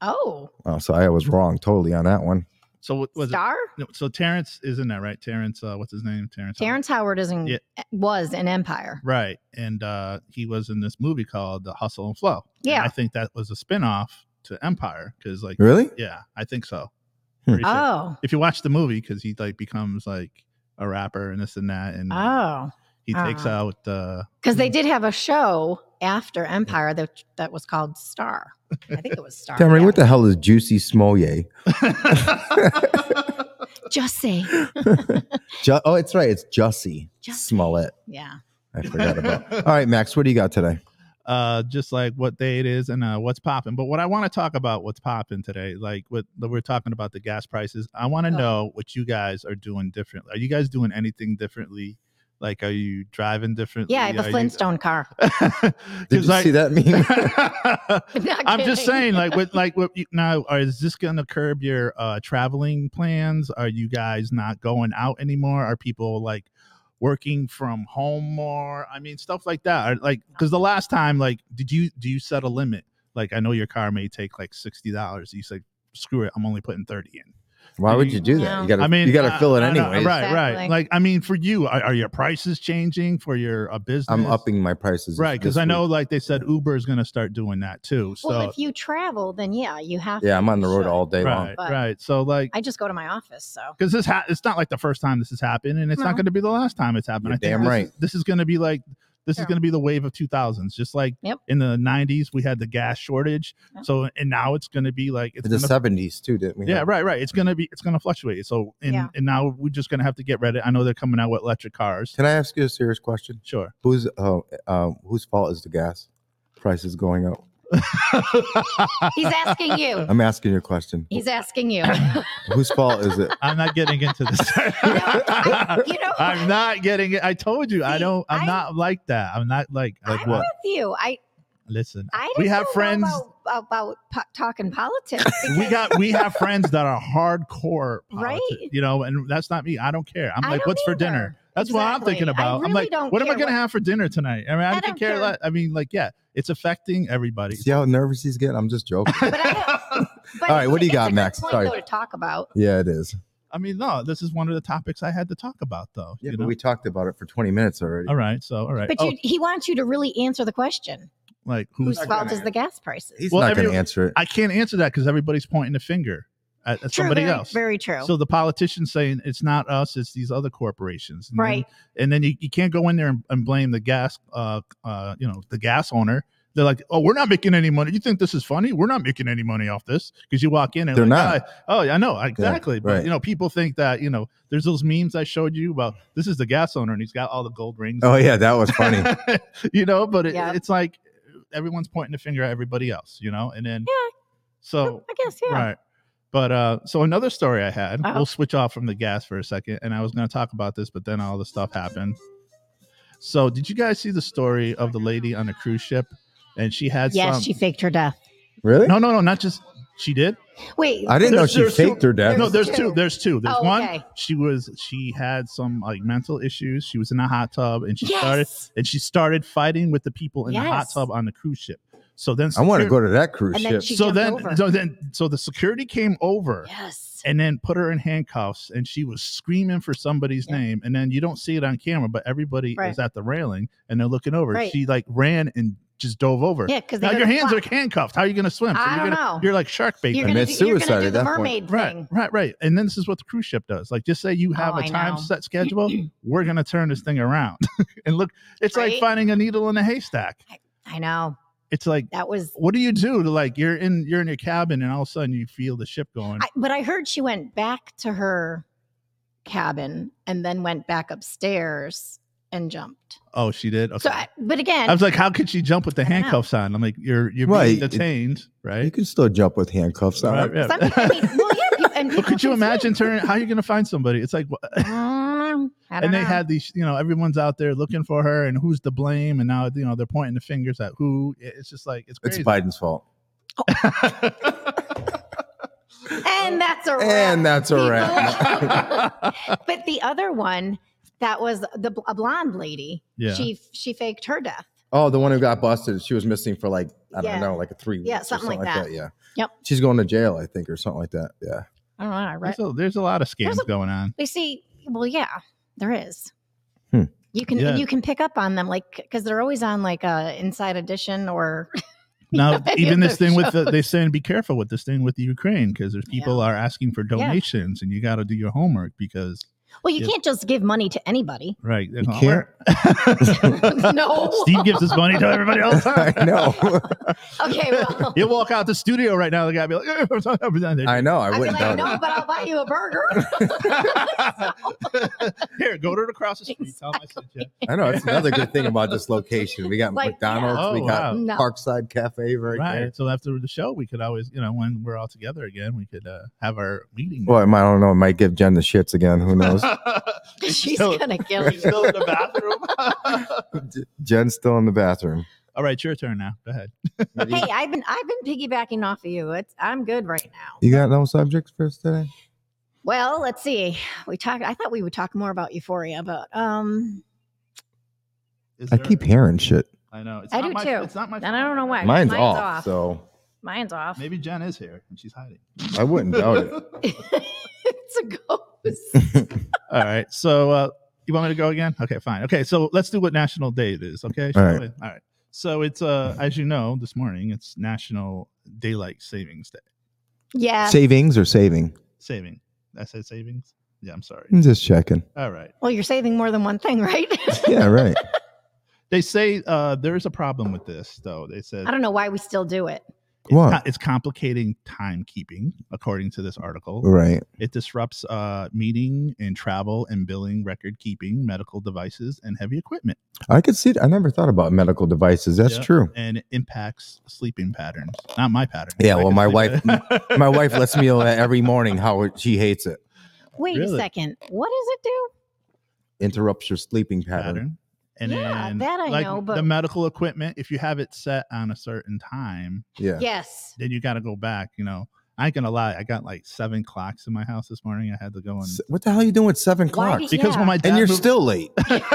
Speaker 3: Oh,
Speaker 1: Oh, so I was wrong totally on that one.
Speaker 2: so what was
Speaker 3: Star.
Speaker 2: it? no, So Terrence is in that, right? Terrence, uh, what's his name? Terrence. Howard.
Speaker 3: Terrence Howard is in,
Speaker 2: Yeah.
Speaker 3: was in Empire.
Speaker 2: Right, and uh, he was in this movie called The Hustle and Flow. And
Speaker 3: Yeah.
Speaker 2: I think that was a spinoff to Empire because, like,
Speaker 1: Really?
Speaker 2: yeah, I think so.
Speaker 1: Hmm.
Speaker 2: Pretty sure.
Speaker 3: Oh,
Speaker 2: If you watch the movie, because he like becomes like a rapper and this and that, and
Speaker 3: oh,
Speaker 2: he takes
Speaker 3: Oh.
Speaker 2: out uh,
Speaker 3: because they did have a show after Empire that that was called Star. I think it was Star.
Speaker 1: Demry,
Speaker 3: yeah.
Speaker 1: what the hell is juicy smollett?
Speaker 3: Just say,
Speaker 1: Ju- oh, it's right. It's Jussie
Speaker 3: Jussie.
Speaker 1: Smollett.
Speaker 3: yeah.
Speaker 1: I forgot about. All right, Max, what do you got today?
Speaker 2: uh just like what day it is and uh what's popping but what i want to talk about what's popping today like what that we're talking about the gas prices i want to
Speaker 3: Oh.
Speaker 2: know what you guys are doing differently are you guys doing anything differently like are you driving differently
Speaker 3: Yeah, I have a
Speaker 2: Are you-
Speaker 3: Flintstone car.
Speaker 2: 'Cause,
Speaker 1: Did you
Speaker 2: like-
Speaker 1: see that meme?
Speaker 3: Not
Speaker 2: i'm just
Speaker 3: kidding.
Speaker 2: saying like with like what you, now are, is this going to curb your uh traveling plans are you guys not going out anymore are people like working from home more i mean stuff like that Are, like because the last time like did you do you set a limit like i know your car may take like $60 you said screw it i'm only putting 30 in
Speaker 1: Why would you do that?
Speaker 3: No.
Speaker 1: You gotta,
Speaker 2: i mean
Speaker 1: you gotta
Speaker 2: I-
Speaker 1: fill it
Speaker 2: I know,
Speaker 1: anyway.
Speaker 2: right
Speaker 3: Exactly.
Speaker 2: right like i mean for you are, are your prices changing for your uh, business
Speaker 1: I'm upping my prices.
Speaker 2: right because
Speaker 1: this
Speaker 2: i know
Speaker 1: week.
Speaker 2: like they said uber is going to start doing that too so
Speaker 3: Well, if you travel, then yeah, you have.
Speaker 1: Yeah,
Speaker 3: to,
Speaker 1: I'm on the road
Speaker 3: should.
Speaker 1: all day long.
Speaker 2: right
Speaker 3: but-
Speaker 2: right so like
Speaker 3: I just go to my office, so
Speaker 2: because this ha- it's not like the first time this has happened, and it's not
Speaker 3: No.
Speaker 2: going to be the last time it's happened.
Speaker 1: You're
Speaker 2: I think
Speaker 1: damn
Speaker 2: this,
Speaker 1: right.
Speaker 2: This is going to be like this
Speaker 3: Yeah.
Speaker 2: is going to be the wave of 2000s, just like
Speaker 3: Yep.
Speaker 2: in the 90s we had the gas shortage.
Speaker 3: Yeah.
Speaker 2: So and now it's going to be like it's
Speaker 1: The
Speaker 2: gonna,
Speaker 1: 70s too, didn't we?
Speaker 2: yeah,
Speaker 1: have-
Speaker 2: right, right. It's going to be it's going to fluctuate. So and
Speaker 3: Yeah.
Speaker 2: and now we're just going to have to get ready. I know they're coming out with electric cars.
Speaker 1: Can I ask you a serious question?
Speaker 2: Sure.
Speaker 1: Who's uh, uh, whose fault is the gas prices going up?
Speaker 3: he's asking you.
Speaker 1: I'm asking you a question.
Speaker 3: He's asking you.
Speaker 1: whose fault is it?
Speaker 2: I'm not getting into this.
Speaker 3: You know,
Speaker 2: I'm not getting it. I told you I
Speaker 3: See,
Speaker 2: don't. I'm
Speaker 3: I-
Speaker 2: not like that. I'm not like like
Speaker 3: I'm
Speaker 2: what.
Speaker 3: with you. I
Speaker 2: Listen,
Speaker 3: I
Speaker 2: We
Speaker 3: didn't
Speaker 2: have
Speaker 3: know
Speaker 2: friends-
Speaker 3: about, about po- talking politics.
Speaker 2: we got we have friends that are hardcore,
Speaker 3: Right.
Speaker 2: politi- You know, and that's not me. I don't care. I'm
Speaker 3: I
Speaker 2: like,
Speaker 3: don't
Speaker 2: what's for
Speaker 3: either.
Speaker 2: dinner? That's what I'm
Speaker 3: Exactly.
Speaker 2: thinking
Speaker 3: I
Speaker 2: about. I'm
Speaker 3: really
Speaker 2: like,
Speaker 3: don't
Speaker 2: what am I
Speaker 3: care
Speaker 2: gonna
Speaker 3: what-
Speaker 2: have for dinner tonight? I mean, I,
Speaker 3: I
Speaker 2: don't
Speaker 3: don't
Speaker 2: care.
Speaker 3: care.
Speaker 2: le- I mean, like, yeah, it's affecting everybody.
Speaker 1: See how nervous he's getting? I'm just joking.
Speaker 3: But I, but
Speaker 1: All right, what do you
Speaker 3: it's a
Speaker 1: got,
Speaker 3: good
Speaker 1: Max?
Speaker 3: Point,
Speaker 1: Sorry.
Speaker 3: though, to talk about.
Speaker 1: yeah, it is.
Speaker 2: I mean, no, this is one of the topics I had to talk about, though.
Speaker 1: Yeah,
Speaker 2: you
Speaker 1: but
Speaker 2: know?
Speaker 1: we talked about it for 20 minutes already.
Speaker 2: all right, so all right,
Speaker 3: But
Speaker 2: oh,
Speaker 3: you, he wants you to really answer the question:
Speaker 2: like who's?
Speaker 3: Whose
Speaker 1: not
Speaker 3: fault
Speaker 1: gonna
Speaker 3: is the gas prices?
Speaker 1: He's
Speaker 2: Well,
Speaker 1: not going
Speaker 2: every-
Speaker 1: to answer it.
Speaker 2: I can't answer that because everybody's pointing the finger at, at
Speaker 3: True,
Speaker 2: somebody
Speaker 3: very,
Speaker 2: else.
Speaker 3: Very true.
Speaker 2: So the politician's saying it's not us, it's these other corporations. And then-
Speaker 3: Right.
Speaker 2: and then you, you can't go in there and, and blame the gas, uh, uh, you know, the gas owner. They're like, oh, we're not making any money. You think this is funny? We're not making any money off this because you walk in and
Speaker 1: They're
Speaker 2: like,
Speaker 1: not.
Speaker 2: "Ah, oh, yeah, I know exactly. but
Speaker 1: right.
Speaker 2: you know, people think that you know, there's those memes I showed you about this is the gas owner and he's got all the gold rings.
Speaker 1: Oh, yeah, that was funny.
Speaker 2: you know, but it,
Speaker 3: Yeah.
Speaker 2: it's like everyone's pointing the finger at everybody else, you know, and then
Speaker 3: Yeah.
Speaker 2: so
Speaker 3: I guess yeah.
Speaker 2: Right. But uh, so another story I had,
Speaker 3: Uh-oh.
Speaker 2: we'll switch off from the gas for a second, and I was going to talk about this, but then all the stuff happened. So, did you guys see the story of the lady on a cruise ship, and she had
Speaker 3: Yes,
Speaker 2: some?
Speaker 3: she faked her death.
Speaker 1: really?
Speaker 2: no, no, no, not just she did.
Speaker 3: Wait,
Speaker 1: I didn't know
Speaker 2: There's-
Speaker 1: she
Speaker 2: there's two-
Speaker 1: faked her death.
Speaker 2: no, there's
Speaker 3: two.
Speaker 2: two. There's two. There's
Speaker 3: Oh,
Speaker 2: one.
Speaker 3: okay.
Speaker 2: She was. She had some like mental issues. She was in a hot tub, and she
Speaker 3: yes.
Speaker 2: started. And she started fighting with the people in the hot
Speaker 3: Yes.
Speaker 2: tub on the cruise ship. So then,
Speaker 1: I want to
Speaker 2: security-
Speaker 1: go to that cruise
Speaker 3: And then
Speaker 1: ship.
Speaker 3: she-
Speaker 2: so
Speaker 3: jumped
Speaker 2: then,
Speaker 3: over.
Speaker 2: so then, so the security came over
Speaker 3: Yes.
Speaker 2: and then put her in handcuffs and she was screaming for somebody's
Speaker 3: Yeah.
Speaker 2: name and then you don't see it on camera but everybody
Speaker 3: Right.
Speaker 2: is at the railing and they're looking over
Speaker 3: Right.
Speaker 2: she like ran and just dove over
Speaker 3: Yeah, because
Speaker 2: now your hands are handcuffed how are you going to swim
Speaker 3: I
Speaker 2: you're gonna-
Speaker 3: don't know.
Speaker 2: you're like shark bait
Speaker 3: You're
Speaker 2: them.
Speaker 3: gonna,
Speaker 1: Commit
Speaker 3: do, you're
Speaker 1: suicide
Speaker 3: gonna do
Speaker 1: at
Speaker 3: the
Speaker 1: that point.
Speaker 3: mermaid
Speaker 2: right
Speaker 3: thing.
Speaker 2: right right and then this is what the cruise ship does like just say you have
Speaker 3: Oh,
Speaker 2: a
Speaker 3: I
Speaker 2: time
Speaker 3: know.
Speaker 2: set schedule we're going to turn this thing around and look it's like
Speaker 3: Right?
Speaker 2: finding a needle in a haystack
Speaker 3: I know
Speaker 2: it's like
Speaker 3: that was.
Speaker 2: what do you do to like you're in you're in your cabin and all of a sudden you feel the ship going
Speaker 3: I, but I heard she went back to her cabin and then went back upstairs and jumped.
Speaker 2: oh she did okay
Speaker 3: So, I, but again,
Speaker 2: I was like, how could she jump with the
Speaker 3: I don't know.
Speaker 2: handcuffs on? I'm like, you're you're
Speaker 1: Right.
Speaker 2: being detained,
Speaker 1: you
Speaker 2: right?
Speaker 1: can still jump with handcuffs on.
Speaker 2: Right, yeah.
Speaker 3: some people, I mean, well, yeah, people, and
Speaker 2: Well,
Speaker 3: people
Speaker 2: could you
Speaker 3: can
Speaker 2: imagine
Speaker 3: swim.
Speaker 2: turning? How are you going to find somebody? It's like, wha-
Speaker 3: Mm, I don't
Speaker 2: and they
Speaker 3: know.
Speaker 2: had these, you know, everyone's out there looking for her, and who's to blame? And now, you know, they're pointing the fingers at who. It- It's just like it's
Speaker 1: It's
Speaker 2: crazy.
Speaker 1: Biden's fault.
Speaker 3: Oh. and that's a wrap.
Speaker 1: And that's a wrap.
Speaker 2: yeah,
Speaker 3: But the other one that was the bl- a blonde lady.
Speaker 2: Yeah.
Speaker 3: She she faked her death.
Speaker 1: Oh, the one who got busted. She was missing for like, I don't
Speaker 3: Yeah.
Speaker 1: know, like a three
Speaker 3: Yeah,
Speaker 1: weeks or
Speaker 3: something like that.
Speaker 1: Yeah.
Speaker 3: Yep.
Speaker 1: She's going to jail, I think, or something like that. Yeah.
Speaker 3: I don't know. I read.
Speaker 2: there's a, there's a lot of scams
Speaker 3: There's a-
Speaker 2: going on.
Speaker 3: They see. Well, yeah, there is.
Speaker 1: Hmm.
Speaker 3: You can
Speaker 2: Yeah.
Speaker 3: you can pick up on them like because they're always on like uh, Inside Edition or
Speaker 2: Now,
Speaker 3: any
Speaker 2: even
Speaker 3: of
Speaker 2: this
Speaker 3: their
Speaker 2: thing with the,
Speaker 3: shows.
Speaker 2: they saying be careful with this thing with the Ukraine because there's
Speaker 3: Yeah.
Speaker 2: people are asking for donations, and you got to do your homework because
Speaker 3: well you
Speaker 2: Yeah.
Speaker 3: can't just give money to anybody.
Speaker 2: right, they're
Speaker 1: You
Speaker 2: going, "Where-"
Speaker 3: No.
Speaker 2: Steve gives his money to everybody else.
Speaker 1: I know.
Speaker 3: Okay, well
Speaker 2: You walk out the studio right now, the guy be like, "Eh, it's not represented."
Speaker 1: I know. I
Speaker 3: I
Speaker 1: wouldn't
Speaker 3: like, I
Speaker 1: doubt it.
Speaker 3: know, but I'll buy you a burger.
Speaker 2: Here, go to the cross the street. Tell 'em I said you.
Speaker 1: I know. It's another good thing about this location. We got
Speaker 3: Like,
Speaker 1: McDonald's.
Speaker 2: yeah.
Speaker 1: we
Speaker 2: Oh,
Speaker 1: got
Speaker 3: wow. No.
Speaker 1: Parkside Cafe right, there.
Speaker 2: Right. So after the show, we could always, you know, when we're all together again, we could uh, have our meeting.
Speaker 1: Well, I might- I don't know. It might give Jen the shits again. Who knows?
Speaker 3: She's
Speaker 2: Still-
Speaker 3: gonna kill you.
Speaker 2: Still in the bathroom.
Speaker 1: J- Jen's still in the bathroom.
Speaker 2: all right, your turn now. Go ahead.
Speaker 3: Hey, I've been I've been piggybacking off of you. It's I'm good right now.
Speaker 1: You got no subjects for us today?
Speaker 3: Well, let's see. We talked. I thought we would talk more about Euphoria, but um,
Speaker 2: Is
Speaker 1: I
Speaker 2: there-
Speaker 1: keep hearing shit.
Speaker 2: I know. It's
Speaker 3: I
Speaker 2: not
Speaker 3: do
Speaker 2: my,
Speaker 3: too.
Speaker 2: It's not my.
Speaker 3: and I don't know why.
Speaker 1: Mine's, off,
Speaker 3: off.
Speaker 1: so
Speaker 3: Mine's off.
Speaker 2: Maybe Jen is here and she's hiding.
Speaker 1: I wouldn't doubt it.
Speaker 3: it's a ghost.
Speaker 2: All right. So uh, you want me to go again? Okay, fine. Okay, so let's do what National Day it is. Okay.
Speaker 1: All right.
Speaker 2: shall we? All right. So it's uh, as you know, this morning it's National Daylight Savings Day.
Speaker 3: yeah.
Speaker 1: Savings or saving?
Speaker 2: Saving. I said savings. Yeah, I'm sorry.
Speaker 1: I'm just checking.
Speaker 2: All right.
Speaker 3: Well, you're saving more than one thing, right?
Speaker 1: Yeah, right.
Speaker 2: They say uh, there's a problem with this, though. They said
Speaker 3: I don't know why we still do it.
Speaker 1: What?
Speaker 2: it's complicating timekeeping, according to this article.
Speaker 1: Right.
Speaker 2: It disrupts uh, meeting and travel and billing, record keeping, medical devices, and heavy equipment.
Speaker 1: I could see. I never thought about medical devices. That's
Speaker 2: Yeah.
Speaker 1: true.
Speaker 2: and it impacts sleeping patterns. Not my pattern.
Speaker 1: Yeah,
Speaker 2: I
Speaker 1: well,
Speaker 2: can
Speaker 1: my
Speaker 2: sleep
Speaker 1: wife-
Speaker 2: at-
Speaker 1: My wife lets me know that every morning how it- she hates it.
Speaker 3: Wait
Speaker 2: Really?
Speaker 3: a second. What does it do?
Speaker 1: Interrupts your sleeping pattern.
Speaker 2: And
Speaker 3: Yeah,
Speaker 2: then
Speaker 3: that I
Speaker 2: like
Speaker 3: know,
Speaker 2: the
Speaker 3: but-
Speaker 2: medical equipment, if you have it set on a certain time,
Speaker 1: Yeah.
Speaker 3: Yes.
Speaker 2: then you got to go back. You know, I ain't gonna lie, I got like seven clocks in my house this morning. I had to go and
Speaker 1: S- What the hell are you doing at seven
Speaker 3: Why
Speaker 1: o'clock?
Speaker 3: did-
Speaker 2: because
Speaker 3: Yeah.
Speaker 2: when my dad
Speaker 1: And you're
Speaker 2: moved-
Speaker 1: still late.
Speaker 3: Holy cow,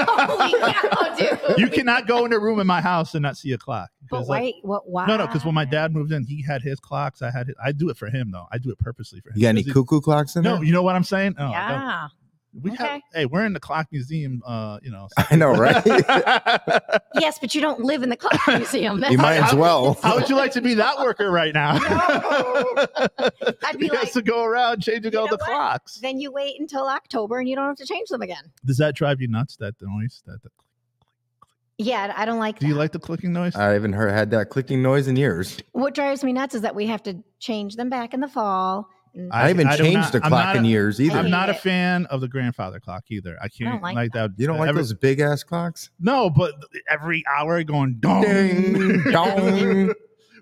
Speaker 3: oh, dude.
Speaker 2: you cannot go in a room in my house and not see a clock. 'Cause,
Speaker 3: But
Speaker 2: like,
Speaker 3: wait, what? Why?
Speaker 2: No, no, because when my dad moved in, he had his clocks. I had. His, I do it for him though. I do it purposely for him.
Speaker 1: You got any
Speaker 2: 'Cause he-
Speaker 1: cuckoo clocks in
Speaker 2: No,
Speaker 1: there?
Speaker 2: you know what I'm saying? No, I don't.
Speaker 3: yeah.
Speaker 2: We have,
Speaker 3: Okay.
Speaker 2: hey, we're in the clock museum. Uh, you know.
Speaker 1: I know, right?
Speaker 3: Yes, but you don't live in the clock museum. That's
Speaker 1: you might as well.
Speaker 2: How would you like to be that worker right now?
Speaker 3: I'd
Speaker 2: he
Speaker 3: be
Speaker 2: has
Speaker 3: like,
Speaker 2: to go around changing
Speaker 3: "You
Speaker 2: all
Speaker 3: know
Speaker 2: the
Speaker 3: what?
Speaker 2: clocks.
Speaker 3: then you wait until October and you don't have to change them again.
Speaker 2: Does that drive you nuts? That noise? That the,
Speaker 3: Yeah, I don't like
Speaker 2: do you
Speaker 3: that.
Speaker 2: like the clicking noise?
Speaker 1: I haven't heard had that clicking noise in years.
Speaker 3: what drives me nuts is that we have to change them back in the fall. And
Speaker 1: I, haven't
Speaker 2: do
Speaker 1: changed
Speaker 2: not-
Speaker 1: the
Speaker 2: I'm
Speaker 1: clock
Speaker 2: not
Speaker 1: in
Speaker 2: a-
Speaker 1: years either.
Speaker 2: I'm
Speaker 3: hate
Speaker 2: not a
Speaker 3: it.
Speaker 2: fan of the grandfather clock either. I can't
Speaker 3: like
Speaker 2: that.
Speaker 1: you don't like
Speaker 2: Every-
Speaker 1: those big ass clocks?
Speaker 2: No, but every hour going dong,
Speaker 1: Ding, dong.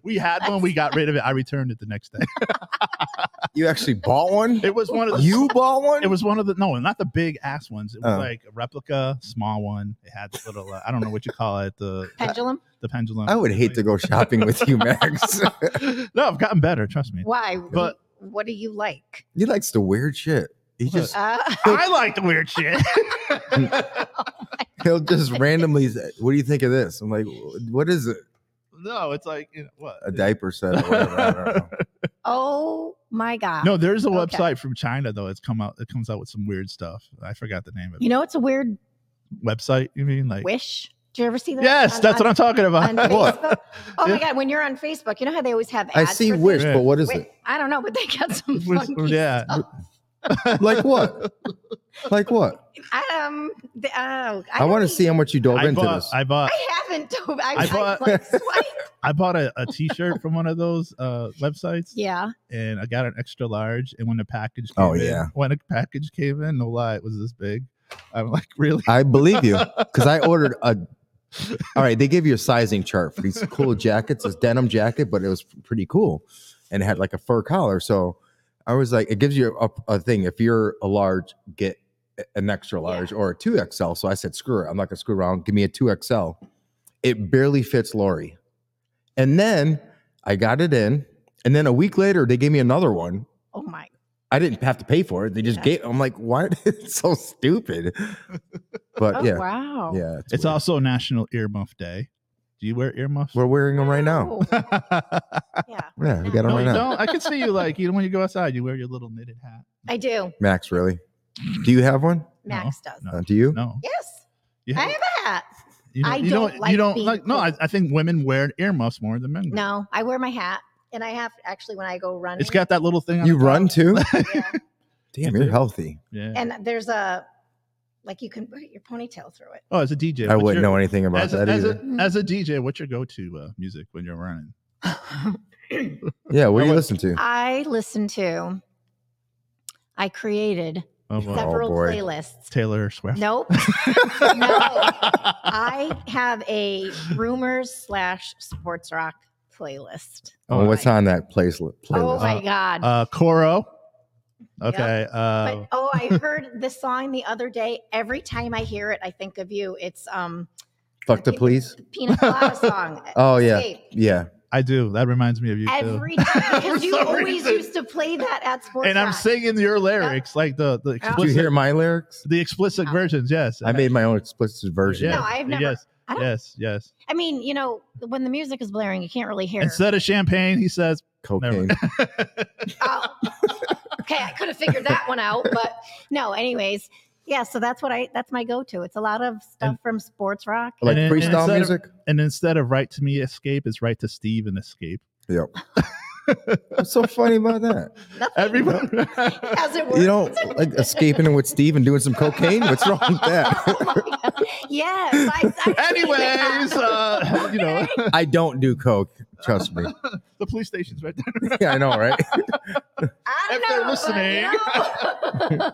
Speaker 2: We had one. We got rid of it. I returned it the next day.
Speaker 1: You actually bought one?
Speaker 2: It was one of the.
Speaker 1: You bought one?
Speaker 2: It was one of the no, not the big ass ones. It was
Speaker 1: Oh.
Speaker 2: like a replica, small one. It had the little. Uh, I don't know what you call it. The
Speaker 3: pendulum.
Speaker 2: the pendulum.
Speaker 1: I would hate to go shopping with you, Max.
Speaker 2: no, I've gotten better. Trust me.
Speaker 3: Why?
Speaker 2: But-
Speaker 3: what do you like?
Speaker 1: he likes the weird shit. He
Speaker 2: Look.
Speaker 1: just
Speaker 3: Uh,
Speaker 2: I like the weird shit.
Speaker 1: he'll just randomly. Say, what do you think of this? I'm like, what is it?
Speaker 2: no, it's like you know, what
Speaker 3: Uh,
Speaker 1: A diaper set or whatever. I don't know.
Speaker 3: oh my god!
Speaker 2: No, there's a
Speaker 3: Okay.
Speaker 2: website from China though. It's come out. It comes out with some weird stuff. I forgot the name of it.
Speaker 3: You know it's a weird
Speaker 2: website. You mean like?
Speaker 3: wish? Did you ever see that?
Speaker 2: Yes,
Speaker 3: on-
Speaker 2: that's
Speaker 3: on-
Speaker 2: what I'm talking about.
Speaker 3: on Facebook? Oh
Speaker 2: Yeah.
Speaker 3: my god! When you're on Facebook, you know how they always have.
Speaker 1: I
Speaker 3: ads
Speaker 1: see
Speaker 3: for
Speaker 1: wish,
Speaker 3: things?
Speaker 1: but what is
Speaker 3: Wait,
Speaker 1: it?
Speaker 3: I don't know, but they got some
Speaker 2: Wish-
Speaker 3: funky
Speaker 2: yeah.
Speaker 3: stuff.
Speaker 1: Like what? Like what?
Speaker 3: I, um, the, oh, I,
Speaker 1: I, want to
Speaker 3: don't
Speaker 1: see how much you dove
Speaker 2: I
Speaker 1: into
Speaker 2: bought,
Speaker 1: this.
Speaker 2: I bought.
Speaker 3: I haven't. dove-
Speaker 2: I
Speaker 3: I, I
Speaker 2: bought-
Speaker 3: like, swipe.
Speaker 2: I bought a, a T-shirt from one of those uh, websites,
Speaker 3: yeah.
Speaker 2: and I got an extra large. And when the package, came
Speaker 1: Oh,
Speaker 2: in-
Speaker 1: yeah.
Speaker 2: when the package came in, no lie, it was this big. I'm like, really?
Speaker 1: I believe you because I ordered a. All right, they give you a sizing chart for these cool jackets, this denim jacket, but it was pretty cool, and it had like a fur collar. So I was like, it gives you a, a thing. If you're a large, get an extra large or a two XL. So I said, screw it, I'm not gonna screw around. Give me a two XL. It barely fits Lori, and then I got it in, and then a week later they gave me another one.
Speaker 3: Oh my.
Speaker 1: I didn't have to pay for it. They just
Speaker 3: Yeah.
Speaker 1: gave. I'm like, why? it's so stupid. But
Speaker 3: Oh
Speaker 1: yeah,
Speaker 3: wow.
Speaker 1: yeah,
Speaker 2: It's
Speaker 1: weird.
Speaker 2: also National Earmuff Day. Do you wear earmuffs?
Speaker 1: We're wearing them right now.
Speaker 3: Oh,
Speaker 2: no,
Speaker 3: yeah.
Speaker 1: Yeah, we got them
Speaker 3: No,
Speaker 2: you
Speaker 1: right now.
Speaker 2: don't. I can see you like you know when you go outside, you wear your little knitted hat.
Speaker 3: I do.
Speaker 1: Max, really? Do you have one?
Speaker 3: Max does.
Speaker 2: no.
Speaker 1: Uh, do you?
Speaker 2: No,
Speaker 3: Yes,
Speaker 2: you,
Speaker 3: I have a hat.
Speaker 2: you
Speaker 3: I
Speaker 2: you
Speaker 3: don't like
Speaker 2: you don't
Speaker 3: being
Speaker 2: like. No, I,
Speaker 3: cold.
Speaker 2: I think women wear earmuffs more than men. do.
Speaker 3: No, I wear my hat, and I have actually when I go running.
Speaker 2: it's got that little thing. On
Speaker 1: You
Speaker 2: the top.
Speaker 1: run too?
Speaker 3: yeah.
Speaker 1: Damn,
Speaker 2: You
Speaker 1: you're
Speaker 2: do.
Speaker 1: healthy.
Speaker 2: Yeah.
Speaker 3: and there's a like you can put your ponytail through it.
Speaker 2: oh, as a DJ,
Speaker 1: I
Speaker 2: what's
Speaker 1: wouldn't
Speaker 2: your-
Speaker 1: know anything about
Speaker 2: as a,
Speaker 1: that
Speaker 2: as,
Speaker 1: either.
Speaker 2: a, as a DJ, what's your go-to uh, music when you're running?
Speaker 1: yeah, what do
Speaker 2: I
Speaker 1: you
Speaker 2: would-
Speaker 1: listen to?
Speaker 3: I listen to. I created
Speaker 2: Oh,
Speaker 1: wow. That-
Speaker 3: several
Speaker 1: boy.
Speaker 3: playlists.
Speaker 2: Taylor Swift.
Speaker 3: Nope. no, Um, I have a rumors slash sports rock playlist.
Speaker 1: Oh,
Speaker 2: Oh,
Speaker 1: what's
Speaker 3: my-
Speaker 1: on that place, playlist?
Speaker 3: Oh my
Speaker 2: Uh,
Speaker 3: god!
Speaker 2: uh, Coro.
Speaker 3: Yep.
Speaker 2: Okay. Uh,
Speaker 3: But oh, I heard this song the other day. Every time I hear it, I think of you. It's um
Speaker 1: Fuck the police.
Speaker 3: Pina Colada song.
Speaker 1: Oh yeah,
Speaker 3: Escape.
Speaker 1: yeah.
Speaker 2: I do. That reminds me of you too.
Speaker 3: Every time because you
Speaker 2: For some
Speaker 3: always
Speaker 2: reason.
Speaker 3: used to play that at sports.
Speaker 2: And I'm
Speaker 3: rock.
Speaker 2: singing your lyrics, like the the
Speaker 3: Did you
Speaker 1: Did you
Speaker 2: explicit,
Speaker 1: hear my lyrics?
Speaker 2: the explicit
Speaker 3: Oh.
Speaker 2: versions. Yes,
Speaker 1: I made my own explicit version.
Speaker 3: No, I've never-
Speaker 2: Yes,
Speaker 3: I don't-
Speaker 2: yes, yes.
Speaker 3: I mean, you know, when the music is blaring, you can't really hear.
Speaker 2: Instead of champagne, he says,
Speaker 1: Cocaine.
Speaker 3: Oh. okay, I could have figured that one out, but no. Anyways, yeah. So that's what I. That's my go-to. It's a lot of stuff
Speaker 2: And-
Speaker 3: from sports rock.
Speaker 1: like
Speaker 2: And- and
Speaker 1: freestyle
Speaker 2: instead of-
Speaker 1: music?
Speaker 2: and instead of "right to me escape," it's "right to Steve and escape."
Speaker 1: What's so funny about that?
Speaker 2: Everyone,
Speaker 3: As it were.
Speaker 1: You don't like escaping with Steve and doing some cocaine? What's wrong with
Speaker 3: Oh
Speaker 1: that?
Speaker 3: my God. Yes. I, I
Speaker 2: anyways, uh, you know
Speaker 1: I don't do coke. Trust me.
Speaker 2: the police station's right there.
Speaker 1: Yeah, I know, right?
Speaker 3: I don't
Speaker 2: if they're
Speaker 3: know, but, you know.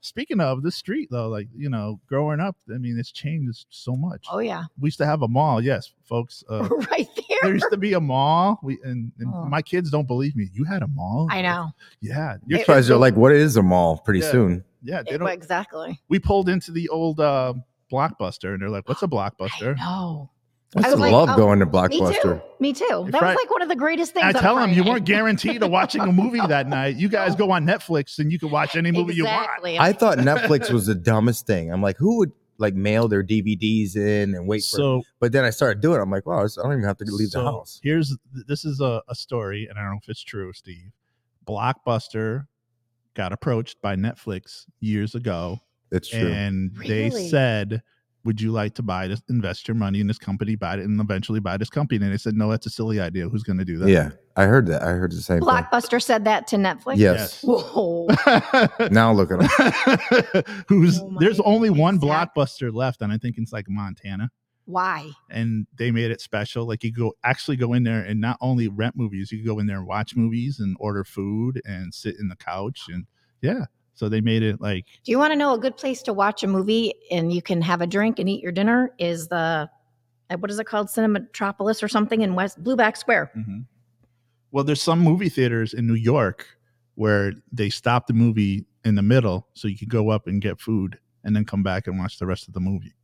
Speaker 2: Speaking of the street, though, like you know, growing up, I mean, it's changed so much.
Speaker 3: oh yeah,
Speaker 2: We used to have a mall, yes, folks. Uh,
Speaker 3: right
Speaker 2: there
Speaker 3: there.
Speaker 2: used to be a mall. We and, and
Speaker 3: Oh.
Speaker 2: my kids don't believe me. You had a mall?
Speaker 3: I know.
Speaker 2: Yeah,
Speaker 1: Your
Speaker 2: kids
Speaker 1: surprised they're
Speaker 2: don't-
Speaker 1: like, what is a mall? Pretty
Speaker 2: Yeah.
Speaker 1: soon.
Speaker 2: yeah. They
Speaker 3: It-
Speaker 2: don't.
Speaker 3: exactly.
Speaker 2: we pulled into the old um Blockbuster, and they're like, "What's a blockbuster?"
Speaker 3: No.
Speaker 1: I, used
Speaker 3: I
Speaker 1: to
Speaker 3: was like,
Speaker 1: love
Speaker 3: oh,
Speaker 1: going to
Speaker 3: Me too.
Speaker 1: Blockbuster.
Speaker 3: Me too. That
Speaker 2: Fri-
Speaker 3: was like one of the greatest things.
Speaker 2: I
Speaker 3: on a
Speaker 2: tell them you
Speaker 3: Friday.
Speaker 2: weren't guaranteed of watching a movie that night. You guys go on Netflix and you can watch any movie you want.
Speaker 3: exactly.
Speaker 1: I thought Netflix was the dumbest thing. I'm like, who would like mail their DVDs in and wait for?
Speaker 2: So
Speaker 1: But then I started doing. it. I'm like, wow, this- I don't even have to leave
Speaker 2: So
Speaker 1: the house.
Speaker 2: Here's this is a, a story, and I don't know if it's true, Steve. Blockbuster got approached by Netflix years ago,
Speaker 1: It's true.
Speaker 2: and they
Speaker 3: Really?
Speaker 2: said, "Would you like to buy this? Invest your money in this company, buy it, and eventually buy this company." And they said, "No, that's a silly idea. Who's going to do that?"
Speaker 1: yeah, I heard that. I heard the same
Speaker 3: Blockbuster said that to Netflix.
Speaker 1: thing. Yes.
Speaker 3: Whoa.
Speaker 1: Now look at them.
Speaker 2: Who's
Speaker 3: Oh my
Speaker 2: there's only one
Speaker 3: exact-
Speaker 2: blockbuster left, and I think it's like Montana.
Speaker 3: Why?
Speaker 2: and they made it special. Like you go actually go in there and not only rent movies, you could go in there and watch movies and order food and sit in the couch and yeah. So they made it like
Speaker 3: Do you want to know a good place to watch a movie and you can have a drink and eat your dinner? Is the uh, what is it called, Cinematropolis or something in West Blueback Square?
Speaker 2: well, there's some movie theaters in New York where they stop the movie in the middle so you could go up and get food and then come back and watch the rest of the movie.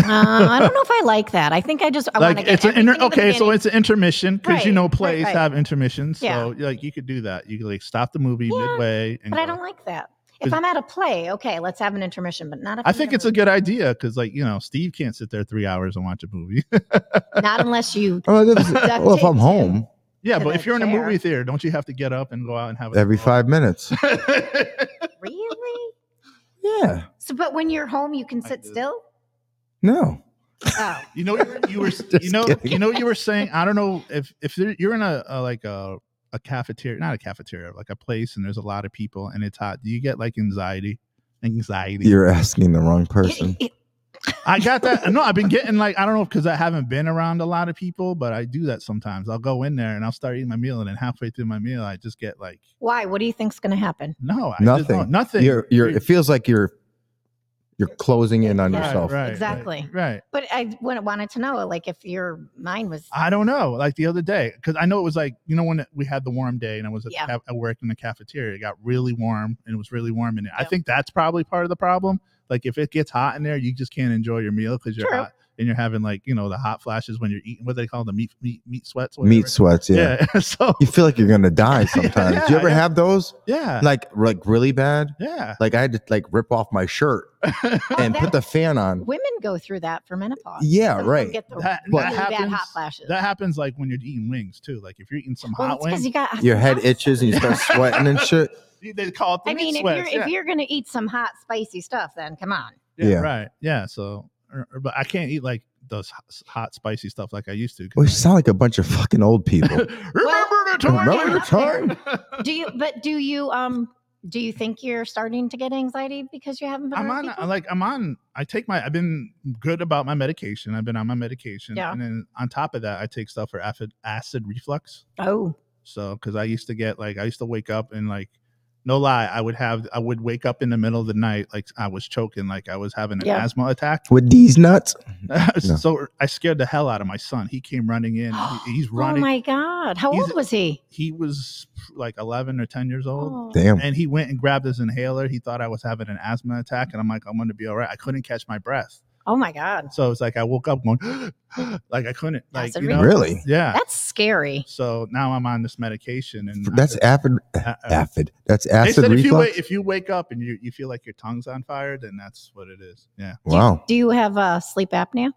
Speaker 3: Uh, I don't know if I like that. I think I just I
Speaker 2: like
Speaker 3: want to get
Speaker 2: it's an inter-
Speaker 3: everything in the
Speaker 2: okay, so
Speaker 3: beginning.
Speaker 2: it's an intermission because you
Speaker 3: Right,
Speaker 2: know
Speaker 3: right,
Speaker 2: plays
Speaker 3: right.
Speaker 2: have intermissions.
Speaker 3: Yeah.
Speaker 2: So like you could do that. You could like stop the movie
Speaker 3: Yeah,
Speaker 2: midway. And
Speaker 3: but I
Speaker 2: go-
Speaker 3: don't like that. If I'm at a play, okay, let's have an intermission, but not. If
Speaker 2: I
Speaker 3: I'm
Speaker 2: think
Speaker 3: at
Speaker 2: it's a
Speaker 3: movie.
Speaker 2: good idea because, like, you know, Steve can't sit there three hours and watch a movie.
Speaker 3: Not unless you.
Speaker 1: Oh, this is-
Speaker 3: Duct
Speaker 1: well, if I'm
Speaker 3: tape,
Speaker 1: home
Speaker 2: yeah,
Speaker 3: To
Speaker 2: but
Speaker 3: the
Speaker 2: if you're in a
Speaker 3: chair.
Speaker 2: movie theater, don't you have to get up and go out and have a
Speaker 1: every five minutes,
Speaker 3: Really?
Speaker 1: yeah,
Speaker 3: So, but when you're home, you can
Speaker 2: I
Speaker 3: sit
Speaker 2: do.
Speaker 3: still.
Speaker 1: no,
Speaker 3: Oh,
Speaker 2: you know, you were- you were, you know,
Speaker 1: kidding.
Speaker 2: you know, you were saying. I don't know if if there- you're in a, a like a a cafeteria, not a cafeteria, like a place, and there's a lot of people and it's hot. Do you get like anxiety? Anxiety.
Speaker 1: you're asking the wrong person.
Speaker 2: I got that. No, I've been getting like I don't know because I haven't been around a lot of people, but I do that sometimes. I'll go in there and I'll start eating my meal, and then halfway through my meal, I just get like
Speaker 3: why? What do you think's going to happen?
Speaker 2: no, I Just
Speaker 1: Nothing.
Speaker 2: don't, nothing.
Speaker 1: You're, you're. It feels like you're, you're closing in on
Speaker 3: Yeah,
Speaker 1: yourself.
Speaker 2: Right, right,
Speaker 3: Exactly.
Speaker 2: Right.
Speaker 3: But I wa- wanted to know, like, if your mind was.
Speaker 2: I don't know. Like the other day, because I know it was like you know when we had the warm day and I was at,
Speaker 3: Yeah.
Speaker 2: the ca- I worked in the cafeteria. It got really warm and it was really warm in there. I
Speaker 3: Yeah.
Speaker 2: think that's probably part of the problem. Like if it gets hot in there, you just can't enjoy your meal because you're
Speaker 3: True.
Speaker 2: hot and you're having like you know the hot flashes when you're eating. What do they call them? meat meat meat sweats.
Speaker 1: Meat
Speaker 2: whatever.
Speaker 1: sweats. Yeah.
Speaker 2: Yeah. so
Speaker 1: You feel like you're gonna die sometimes. Do you
Speaker 2: yeah,
Speaker 1: ever
Speaker 2: yeah.
Speaker 1: have those?
Speaker 2: yeah,
Speaker 1: Like, like really bad.
Speaker 2: yeah.
Speaker 1: Like I had to like rip off my shirt and
Speaker 3: Oh,
Speaker 2: Oh,
Speaker 3: that-
Speaker 1: put the fan on.
Speaker 3: Women go through that for menopause.
Speaker 1: Yeah,
Speaker 3: Some of them
Speaker 1: right.
Speaker 3: Get the
Speaker 2: That,
Speaker 1: But-
Speaker 2: that
Speaker 3: really bad
Speaker 2: happens.
Speaker 3: hot flashes.
Speaker 2: That happens like when you're eating wings too. Like if you're eating some
Speaker 3: well,
Speaker 2: hot
Speaker 3: it's because
Speaker 2: wings,
Speaker 3: you got
Speaker 1: Your head itches and you start sweating and shit.
Speaker 2: they call it the
Speaker 3: I
Speaker 2: meat
Speaker 3: mean, if
Speaker 2: sweats.
Speaker 3: you're
Speaker 2: yeah.
Speaker 3: if you're going to eat some hot spicy stuff, then come on.
Speaker 2: Yeah,
Speaker 1: Yeah.
Speaker 2: right. Yeah. So, or- or- but I can't eat like those hot- hot, spicy stuff like I used to. 'cause
Speaker 1: We
Speaker 2: I-
Speaker 1: sound like a bunch of fucking old people.
Speaker 2: Remember the time?
Speaker 1: Remember the time?
Speaker 3: Do you? But do you? Um. Do you think you're starting to get anxiety because you haven't been?
Speaker 2: I'm
Speaker 3: around
Speaker 2: on uh,
Speaker 3: people?
Speaker 2: like I'm on. I take my. I've been good about my medication. I've been on my medication,
Speaker 3: Yeah.
Speaker 2: and then on top of that, I take stuff for acid, acid reflux.
Speaker 3: oh,
Speaker 2: So, because I used to get like I used to wake up and like. No lie, I would have I would wake up in the middle of the night like I was choking, like I was having an
Speaker 3: Yeah.
Speaker 2: asthma attack.
Speaker 1: With these nuts,
Speaker 2: so I scared the hell out of my son. He came running in. He- he's
Speaker 3: oh
Speaker 2: running.
Speaker 3: my God! How
Speaker 2: He's-
Speaker 3: old was he?
Speaker 2: he was like 11 or 10 years old
Speaker 3: Oh.
Speaker 1: damn.
Speaker 2: and he went and grabbed his inhaler he thought i was having an asthma attack and i'm like i'm going to be all right i couldn't catch my breath
Speaker 3: Oh my God!
Speaker 2: so it's like i woke up going like i couldn't like
Speaker 3: Acid
Speaker 2: you know?
Speaker 1: Really?
Speaker 2: yeah
Speaker 3: That's scary.
Speaker 2: so now i'm on this medication and
Speaker 1: That's avid.
Speaker 2: I- I-
Speaker 1: Avid. That's
Speaker 2: Uh-uh. they
Speaker 1: acid
Speaker 2: said if you,
Speaker 1: reflux.
Speaker 2: wait, if you wake up and you, you feel like your tongue's on fire then that's what it is yeah
Speaker 1: Wow.
Speaker 3: Do you have uh, sleep apnea?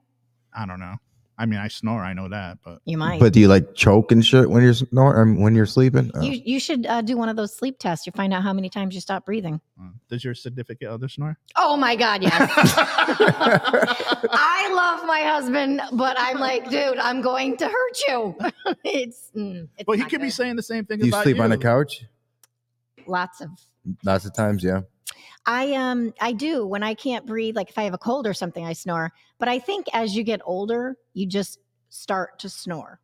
Speaker 2: i don't know i mean i snore i know that but
Speaker 3: You might.
Speaker 1: But do you like choke and shit when you're snor- um, when you're sleeping? Oh.
Speaker 3: you you should uh, do one of those sleep tests. You find out how many times you stop breathing.
Speaker 2: uh, does your significant other snore
Speaker 3: Oh my God! Yes. I love my husband, but I'm like, dude, I'm going to hurt you. It's, mm, it's
Speaker 2: well he
Speaker 3: not
Speaker 2: could be
Speaker 3: good.
Speaker 2: saying the same thing
Speaker 1: you
Speaker 2: about
Speaker 1: sleep on the
Speaker 2: you.
Speaker 1: couch
Speaker 3: lots of.
Speaker 1: lots of times. Yeah.
Speaker 3: I um I do when I can't breathe, like if I have a cold or something, I snore. But I think as you get older, you just start to snore,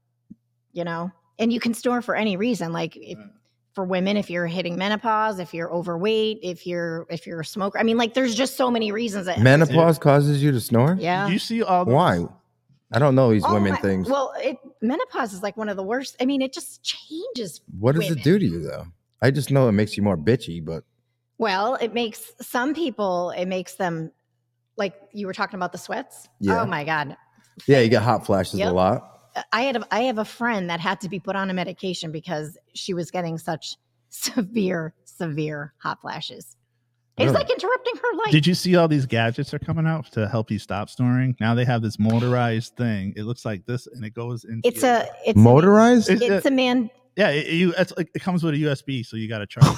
Speaker 3: you know, and you can snore for any reason, like if,
Speaker 2: Right.
Speaker 3: for women if you're hitting menopause, if you're overweight, if you're if you're a smoker. I mean, like there's just so many reasons that
Speaker 1: Menopause causes you to snore.
Speaker 3: Yeah.
Speaker 2: you see all those-
Speaker 1: Why? I don't know these
Speaker 3: Oh
Speaker 1: women
Speaker 3: my-
Speaker 1: things.
Speaker 3: Well, it, menopause is like one of the worst. I mean, it just changes.
Speaker 1: what does
Speaker 3: women.
Speaker 1: it do to you though? I just know it makes you more bitchy, but
Speaker 3: Well, it makes some people, it makes them like you were talking about the sweats.
Speaker 1: Yeah.
Speaker 3: Oh my God.
Speaker 1: Yeah, you get hot flashes a
Speaker 3: Yep.
Speaker 1: lot.
Speaker 3: I had a, I have a friend that had to be put on a medication because she was getting such severe, severe hot flashes. It's
Speaker 1: Really?
Speaker 3: like interrupting her life.
Speaker 2: Did you see all these gadgets are coming out to help you stop snoring? Now they have this motorized thing. It looks like this, and it goes into.
Speaker 3: it's a it's
Speaker 1: Motorized?
Speaker 2: It's-
Speaker 3: it's a man
Speaker 2: yeah. It, you- it's like- it comes with a USB, so you got to charge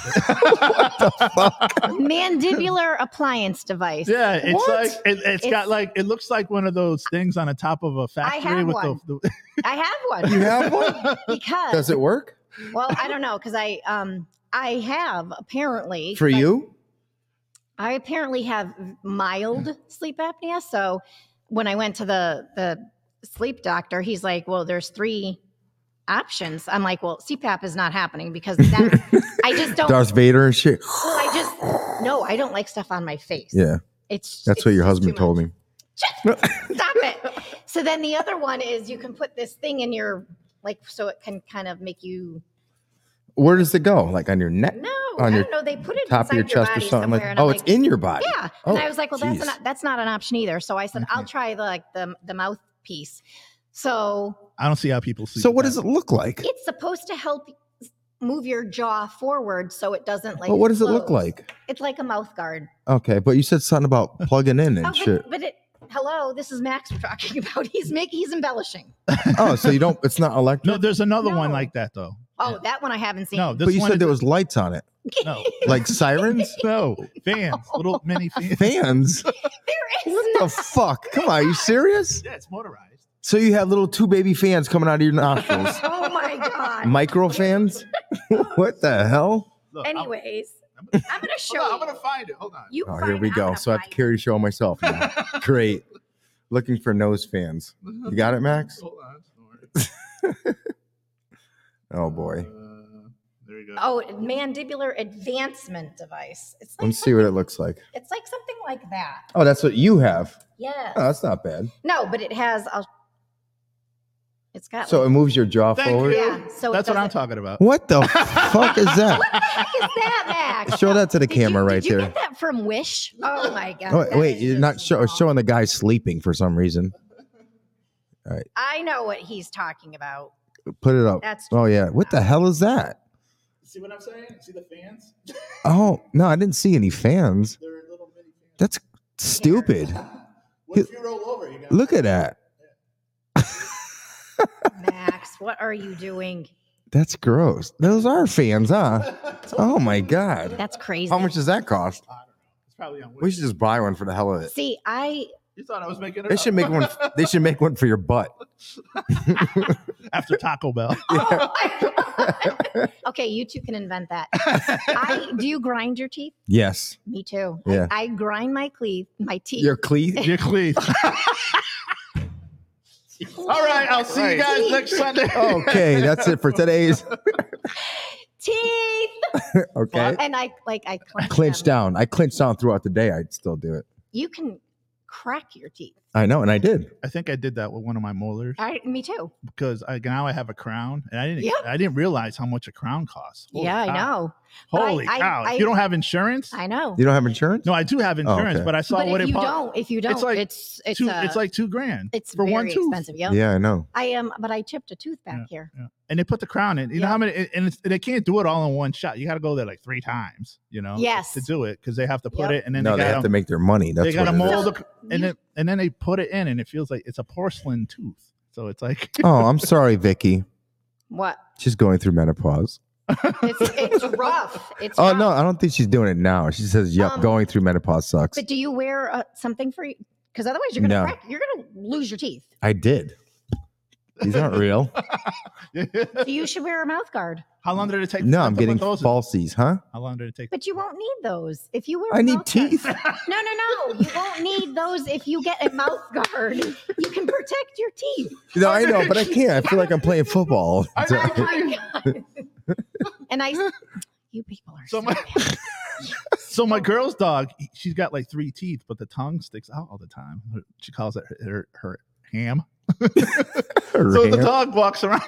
Speaker 2: it.
Speaker 3: mandibular appliance device.
Speaker 2: Yeah, it's
Speaker 3: What?
Speaker 2: like it, it's got
Speaker 3: It's-
Speaker 2: like it looks like one of those things on the top of a factory
Speaker 3: have
Speaker 2: with
Speaker 3: one.
Speaker 2: the,
Speaker 3: I have one.
Speaker 1: You have one?
Speaker 3: because
Speaker 1: Does it work
Speaker 3: well, I don't know because I um I have apparently
Speaker 1: for you?
Speaker 3: I apparently have mild
Speaker 1: Mm.
Speaker 3: sleep apnea. So when I went to the the sleep doctor, he's like, "Well, there's three options." I'm like, "Well, CPAP is not happening because that I just don't.
Speaker 1: Darth Vader and shit.
Speaker 3: well, I just no, I don't like stuff on my face.
Speaker 1: Yeah,
Speaker 3: It's
Speaker 1: that's
Speaker 3: it's
Speaker 1: what your
Speaker 3: just
Speaker 1: husband
Speaker 3: too
Speaker 1: told
Speaker 3: much.
Speaker 1: me.
Speaker 3: Stop it. So then the other one is you can put this thing in your like so it can kind of make you
Speaker 1: Where does it go? Like on your neck,
Speaker 3: no
Speaker 1: On
Speaker 3: I
Speaker 1: your
Speaker 3: don't know they put it
Speaker 1: top of
Speaker 3: inside
Speaker 1: your chest or
Speaker 3: body
Speaker 1: something? Like,
Speaker 3: somewhere, and
Speaker 1: oh,
Speaker 3: I'm
Speaker 1: it's in your body.
Speaker 3: Yeah.
Speaker 1: Oh,
Speaker 3: and I was like, well,
Speaker 1: jeez.
Speaker 3: that's not that's not an option either. So I said, I'll
Speaker 1: Okay.
Speaker 3: try the like the the mouthpiece. So
Speaker 2: I don't see how people sleep.
Speaker 1: So what
Speaker 2: with
Speaker 1: does it look like?
Speaker 3: it's supposed to help move your jaw forward so it doesn't like.
Speaker 1: But what does it look
Speaker 3: close.
Speaker 1: like?
Speaker 3: It's like a mouth guard.
Speaker 1: Okay, but you said something about plugging in and
Speaker 3: Oh,
Speaker 1: shit.
Speaker 3: but, but it. Hello, this is Max we're talking about. He's making he's embellishing.
Speaker 1: Oh, so you don't? It's not
Speaker 2: that. No,
Speaker 1: electric.
Speaker 2: there's another one
Speaker 3: No.
Speaker 2: like that though.
Speaker 3: Oh,
Speaker 2: Yeah.
Speaker 3: that one I haven't seen.
Speaker 2: No, this
Speaker 1: but you
Speaker 2: one
Speaker 1: said
Speaker 2: is,
Speaker 1: there was lights on it,
Speaker 2: no,
Speaker 1: like sirens,
Speaker 2: no fans, little mini fans.
Speaker 1: fans.
Speaker 3: there is
Speaker 1: What the
Speaker 3: no.
Speaker 1: fuck? Come on, are you serious?
Speaker 2: Yeah, it's motorized.
Speaker 1: So you have little two baby fans coming out of your nostrils,
Speaker 3: Oh my god.
Speaker 1: micro fans. what the hell?
Speaker 2: Look, I'm-
Speaker 3: Anyways,
Speaker 2: I'm-
Speaker 3: I'm gonna show
Speaker 2: hold on, I'm
Speaker 3: you.
Speaker 2: gonna find it. Hold on.
Speaker 3: You
Speaker 1: Oh,
Speaker 3: find
Speaker 1: here
Speaker 3: it.
Speaker 1: we
Speaker 3: I'm
Speaker 1: go.
Speaker 3: gonna
Speaker 1: So I have to
Speaker 3: find it.
Speaker 1: carry the show on myself. now. Great. Looking for nose fans. You got it, Max?
Speaker 2: Hold on. don't
Speaker 1: Oh
Speaker 2: worry.
Speaker 1: boy.
Speaker 2: Uh, there you go.
Speaker 3: Oh, mandibular advancement device. It's like
Speaker 1: Let's see what it looks like.
Speaker 3: It's like something like that.
Speaker 1: Oh, that's what you have.
Speaker 3: Yeah.
Speaker 1: Oh, that's not bad.
Speaker 3: no, but it has. I'll, it's got.
Speaker 1: So it moves your jaw
Speaker 2: Thank
Speaker 1: forward.
Speaker 2: you.
Speaker 3: yeah. So
Speaker 2: That's
Speaker 3: it
Speaker 2: what I'm
Speaker 3: doesn't-
Speaker 2: talking about.
Speaker 1: What the fuck is that?
Speaker 3: What the heck is that, Max?
Speaker 1: Show that to the
Speaker 3: Did you-
Speaker 1: camera right
Speaker 3: did you
Speaker 1: there.
Speaker 3: Get that from Wish. Oh my god.
Speaker 1: Oh,
Speaker 3: that
Speaker 1: wait,
Speaker 3: is
Speaker 1: you're
Speaker 3: just
Speaker 1: not show,
Speaker 3: wrong.
Speaker 1: showing the guy sleeping for some reason.
Speaker 3: I know what he's talking about.
Speaker 1: Put it up.
Speaker 3: That's
Speaker 1: Oh yeah. What the hell is that?
Speaker 2: See what I'm saying? See the fans?
Speaker 1: Oh no, I didn't see any fans.
Speaker 2: They're little mini fans.
Speaker 1: That's stupid.
Speaker 2: What if you roll over? You got
Speaker 1: Look at that.
Speaker 3: Max. What are you doing?
Speaker 1: That's gross. Those are fans, huh? Oh my god.
Speaker 3: That's crazy.
Speaker 1: How much does that cost?
Speaker 2: It's probably on.
Speaker 1: We should just buy one for the hell of it.
Speaker 3: See, I
Speaker 2: You thought I was making it
Speaker 1: They
Speaker 2: up.
Speaker 1: should make one. They should make one for your butt.
Speaker 2: after Taco Bell.
Speaker 3: oh my- okay, you two can invent that. I do you grind your teeth?
Speaker 1: Yes,
Speaker 3: Me too.
Speaker 1: Yeah.
Speaker 3: I, I grind my teeth, my teeth.
Speaker 1: your cleat.
Speaker 2: Your cleats. All right, I'll see you guys next Sunday.
Speaker 1: Okay, that's it for today's.
Speaker 3: teeth.
Speaker 1: Okay,
Speaker 3: And I like I clench
Speaker 1: clinch
Speaker 3: them.
Speaker 1: down. I clinched down throughout the day. I'd still do it.
Speaker 3: You can crack your teeth.
Speaker 1: I know, and I did.
Speaker 2: I think I did that with one of my molars
Speaker 3: I, me too.
Speaker 2: because I, now I have a crown, and I didn't.
Speaker 3: Yep.
Speaker 2: I didn't realize how much a crown costs. Holy
Speaker 3: yeah,
Speaker 2: cow.
Speaker 3: I know. But I-
Speaker 2: Holy
Speaker 3: I-
Speaker 2: cow! If
Speaker 3: I-
Speaker 2: you don't have insurance?
Speaker 3: I know.
Speaker 1: You don't have insurance?
Speaker 2: no, I do have insurance,
Speaker 1: okay.
Speaker 2: but I saw
Speaker 3: But
Speaker 2: what
Speaker 3: if
Speaker 2: it
Speaker 3: you
Speaker 2: cost.
Speaker 3: don't, if you don't, it's
Speaker 2: like
Speaker 3: it's it's,
Speaker 2: two,
Speaker 3: uh,
Speaker 2: it's like two grand,
Speaker 3: it's
Speaker 2: for
Speaker 3: very
Speaker 2: one tooth.
Speaker 3: expensive. Yeah.
Speaker 1: Yeah, I know.
Speaker 3: I am, but I chipped a tooth back here.
Speaker 2: and they put the crown in. You know
Speaker 3: Yeah.
Speaker 2: how many? And, it's, and they can't do it all in one shot. You got to go there like three times. You know,
Speaker 3: Yes.
Speaker 2: to do it because they have to put
Speaker 3: Yep.
Speaker 2: it, and then
Speaker 1: No,
Speaker 2: they,
Speaker 1: they have
Speaker 2: got
Speaker 1: to make their money. That's
Speaker 2: they got to
Speaker 1: what it is.
Speaker 2: mold
Speaker 3: So
Speaker 2: the, and
Speaker 3: you-
Speaker 2: then and then they put it in, and it feels like it's a porcelain tooth. So it's like
Speaker 1: Oh, I'm sorry, Vicky.
Speaker 3: What?
Speaker 1: She's going through menopause.
Speaker 3: It's it's rough. It's
Speaker 1: Oh
Speaker 3: rough.
Speaker 1: no, I don't think she's doing it now. She says, "Yep,
Speaker 3: Um,
Speaker 1: going through menopause sucks."
Speaker 3: But do you wear uh, something for? Because otherwise, you're gonna
Speaker 1: No.
Speaker 3: crack. You're gonna lose your teeth.
Speaker 1: I did. These aren't real.
Speaker 3: So you should wear a mouth guard.
Speaker 2: how long did it take?
Speaker 1: No,
Speaker 2: to
Speaker 1: I'm
Speaker 2: put
Speaker 1: getting
Speaker 2: those in?
Speaker 1: falsies, huh?
Speaker 2: How long did it take?
Speaker 3: But you won't need those if you wear. a
Speaker 1: I need
Speaker 3: mouth guard.
Speaker 1: teeth.
Speaker 3: No, no, no. You won't need those if you get a mouth guard. You can protect your teeth.
Speaker 1: No, I know, but I can't. I feel like I'm playing football.
Speaker 2: I
Speaker 1: So-
Speaker 2: know.
Speaker 3: Oh my God. and I, you people are
Speaker 2: So
Speaker 3: so,
Speaker 2: my-
Speaker 3: bad.
Speaker 2: So my girl's dog, she's got like three teeth, but the tongue sticks out all the time. She calls it her her, her ham. So the dog walks around.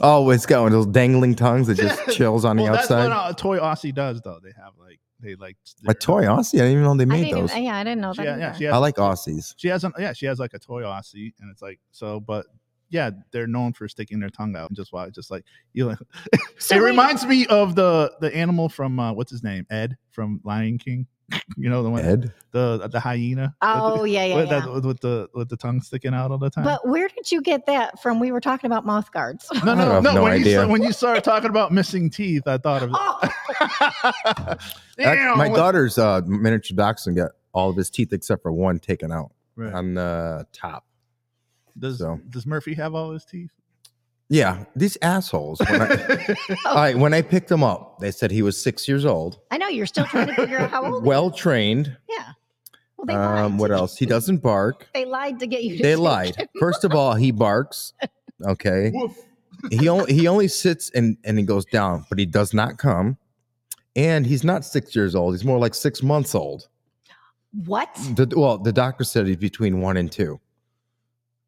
Speaker 1: Oh, it's got one of those dangling tongues that just
Speaker 2: Yeah.
Speaker 1: chills on the
Speaker 2: well, that's
Speaker 1: outside.
Speaker 2: what a toy Aussie does, though. They have like They like
Speaker 1: A toy Aussie. I didn't even know they
Speaker 3: I
Speaker 1: made
Speaker 3: didn't
Speaker 1: those.
Speaker 3: even, uh, yeah, I didn't know
Speaker 2: She,
Speaker 3: Oh,
Speaker 2: yeah,
Speaker 3: that.
Speaker 2: yeah,
Speaker 3: either.
Speaker 2: she
Speaker 1: I
Speaker 2: has,
Speaker 1: like Aussies.
Speaker 2: she has an, yeah, she has like a toy Aussie, and it's like so. But yeah, they're known for sticking their tongue out and just why, just like you. Know,
Speaker 3: So
Speaker 2: it
Speaker 3: wait,
Speaker 2: reminds me of the the animal from uh, what's his name, Ed from Lion King. You know the one,
Speaker 1: Ed.
Speaker 2: the the hyena.
Speaker 3: Oh yeah, yeah,
Speaker 2: with,
Speaker 3: yeah.
Speaker 2: that- with the with the tongue sticking out all the time.
Speaker 3: But where did you get that from? We were talking about mouth guards.
Speaker 2: no,
Speaker 1: I
Speaker 2: no,
Speaker 1: have
Speaker 2: no.
Speaker 1: no
Speaker 2: when, you,
Speaker 1: idea.
Speaker 2: sa- when you started talking about missing teeth, I thought of
Speaker 3: Oh,
Speaker 2: it.
Speaker 1: That-
Speaker 2: Damn,
Speaker 1: my
Speaker 2: what-
Speaker 1: daughter's uh, miniature dachshund got all of his teeth except for one taken out
Speaker 2: Right.
Speaker 1: on the top.
Speaker 2: Does
Speaker 1: so.
Speaker 2: does Murphy have all his teeth?
Speaker 1: Yeah, these assholes. When I,
Speaker 3: Oh.
Speaker 1: all right, when I picked him up, they said he was six years old,
Speaker 3: I know you're still trying to figure out how old.
Speaker 1: well trained.
Speaker 3: yeah. Oh, Well, they lied.
Speaker 1: Um, what else? He doesn't bark.
Speaker 3: They lied to get you. To
Speaker 1: They
Speaker 3: take
Speaker 1: lied.
Speaker 3: it.
Speaker 1: First of all, he barks. Okay.
Speaker 2: Woof.
Speaker 1: He only he only sits and and he goes down, but he does not come. And he's not six years old. He's more like six months old.
Speaker 3: What?
Speaker 1: The, well, the doctor said he's between one and two.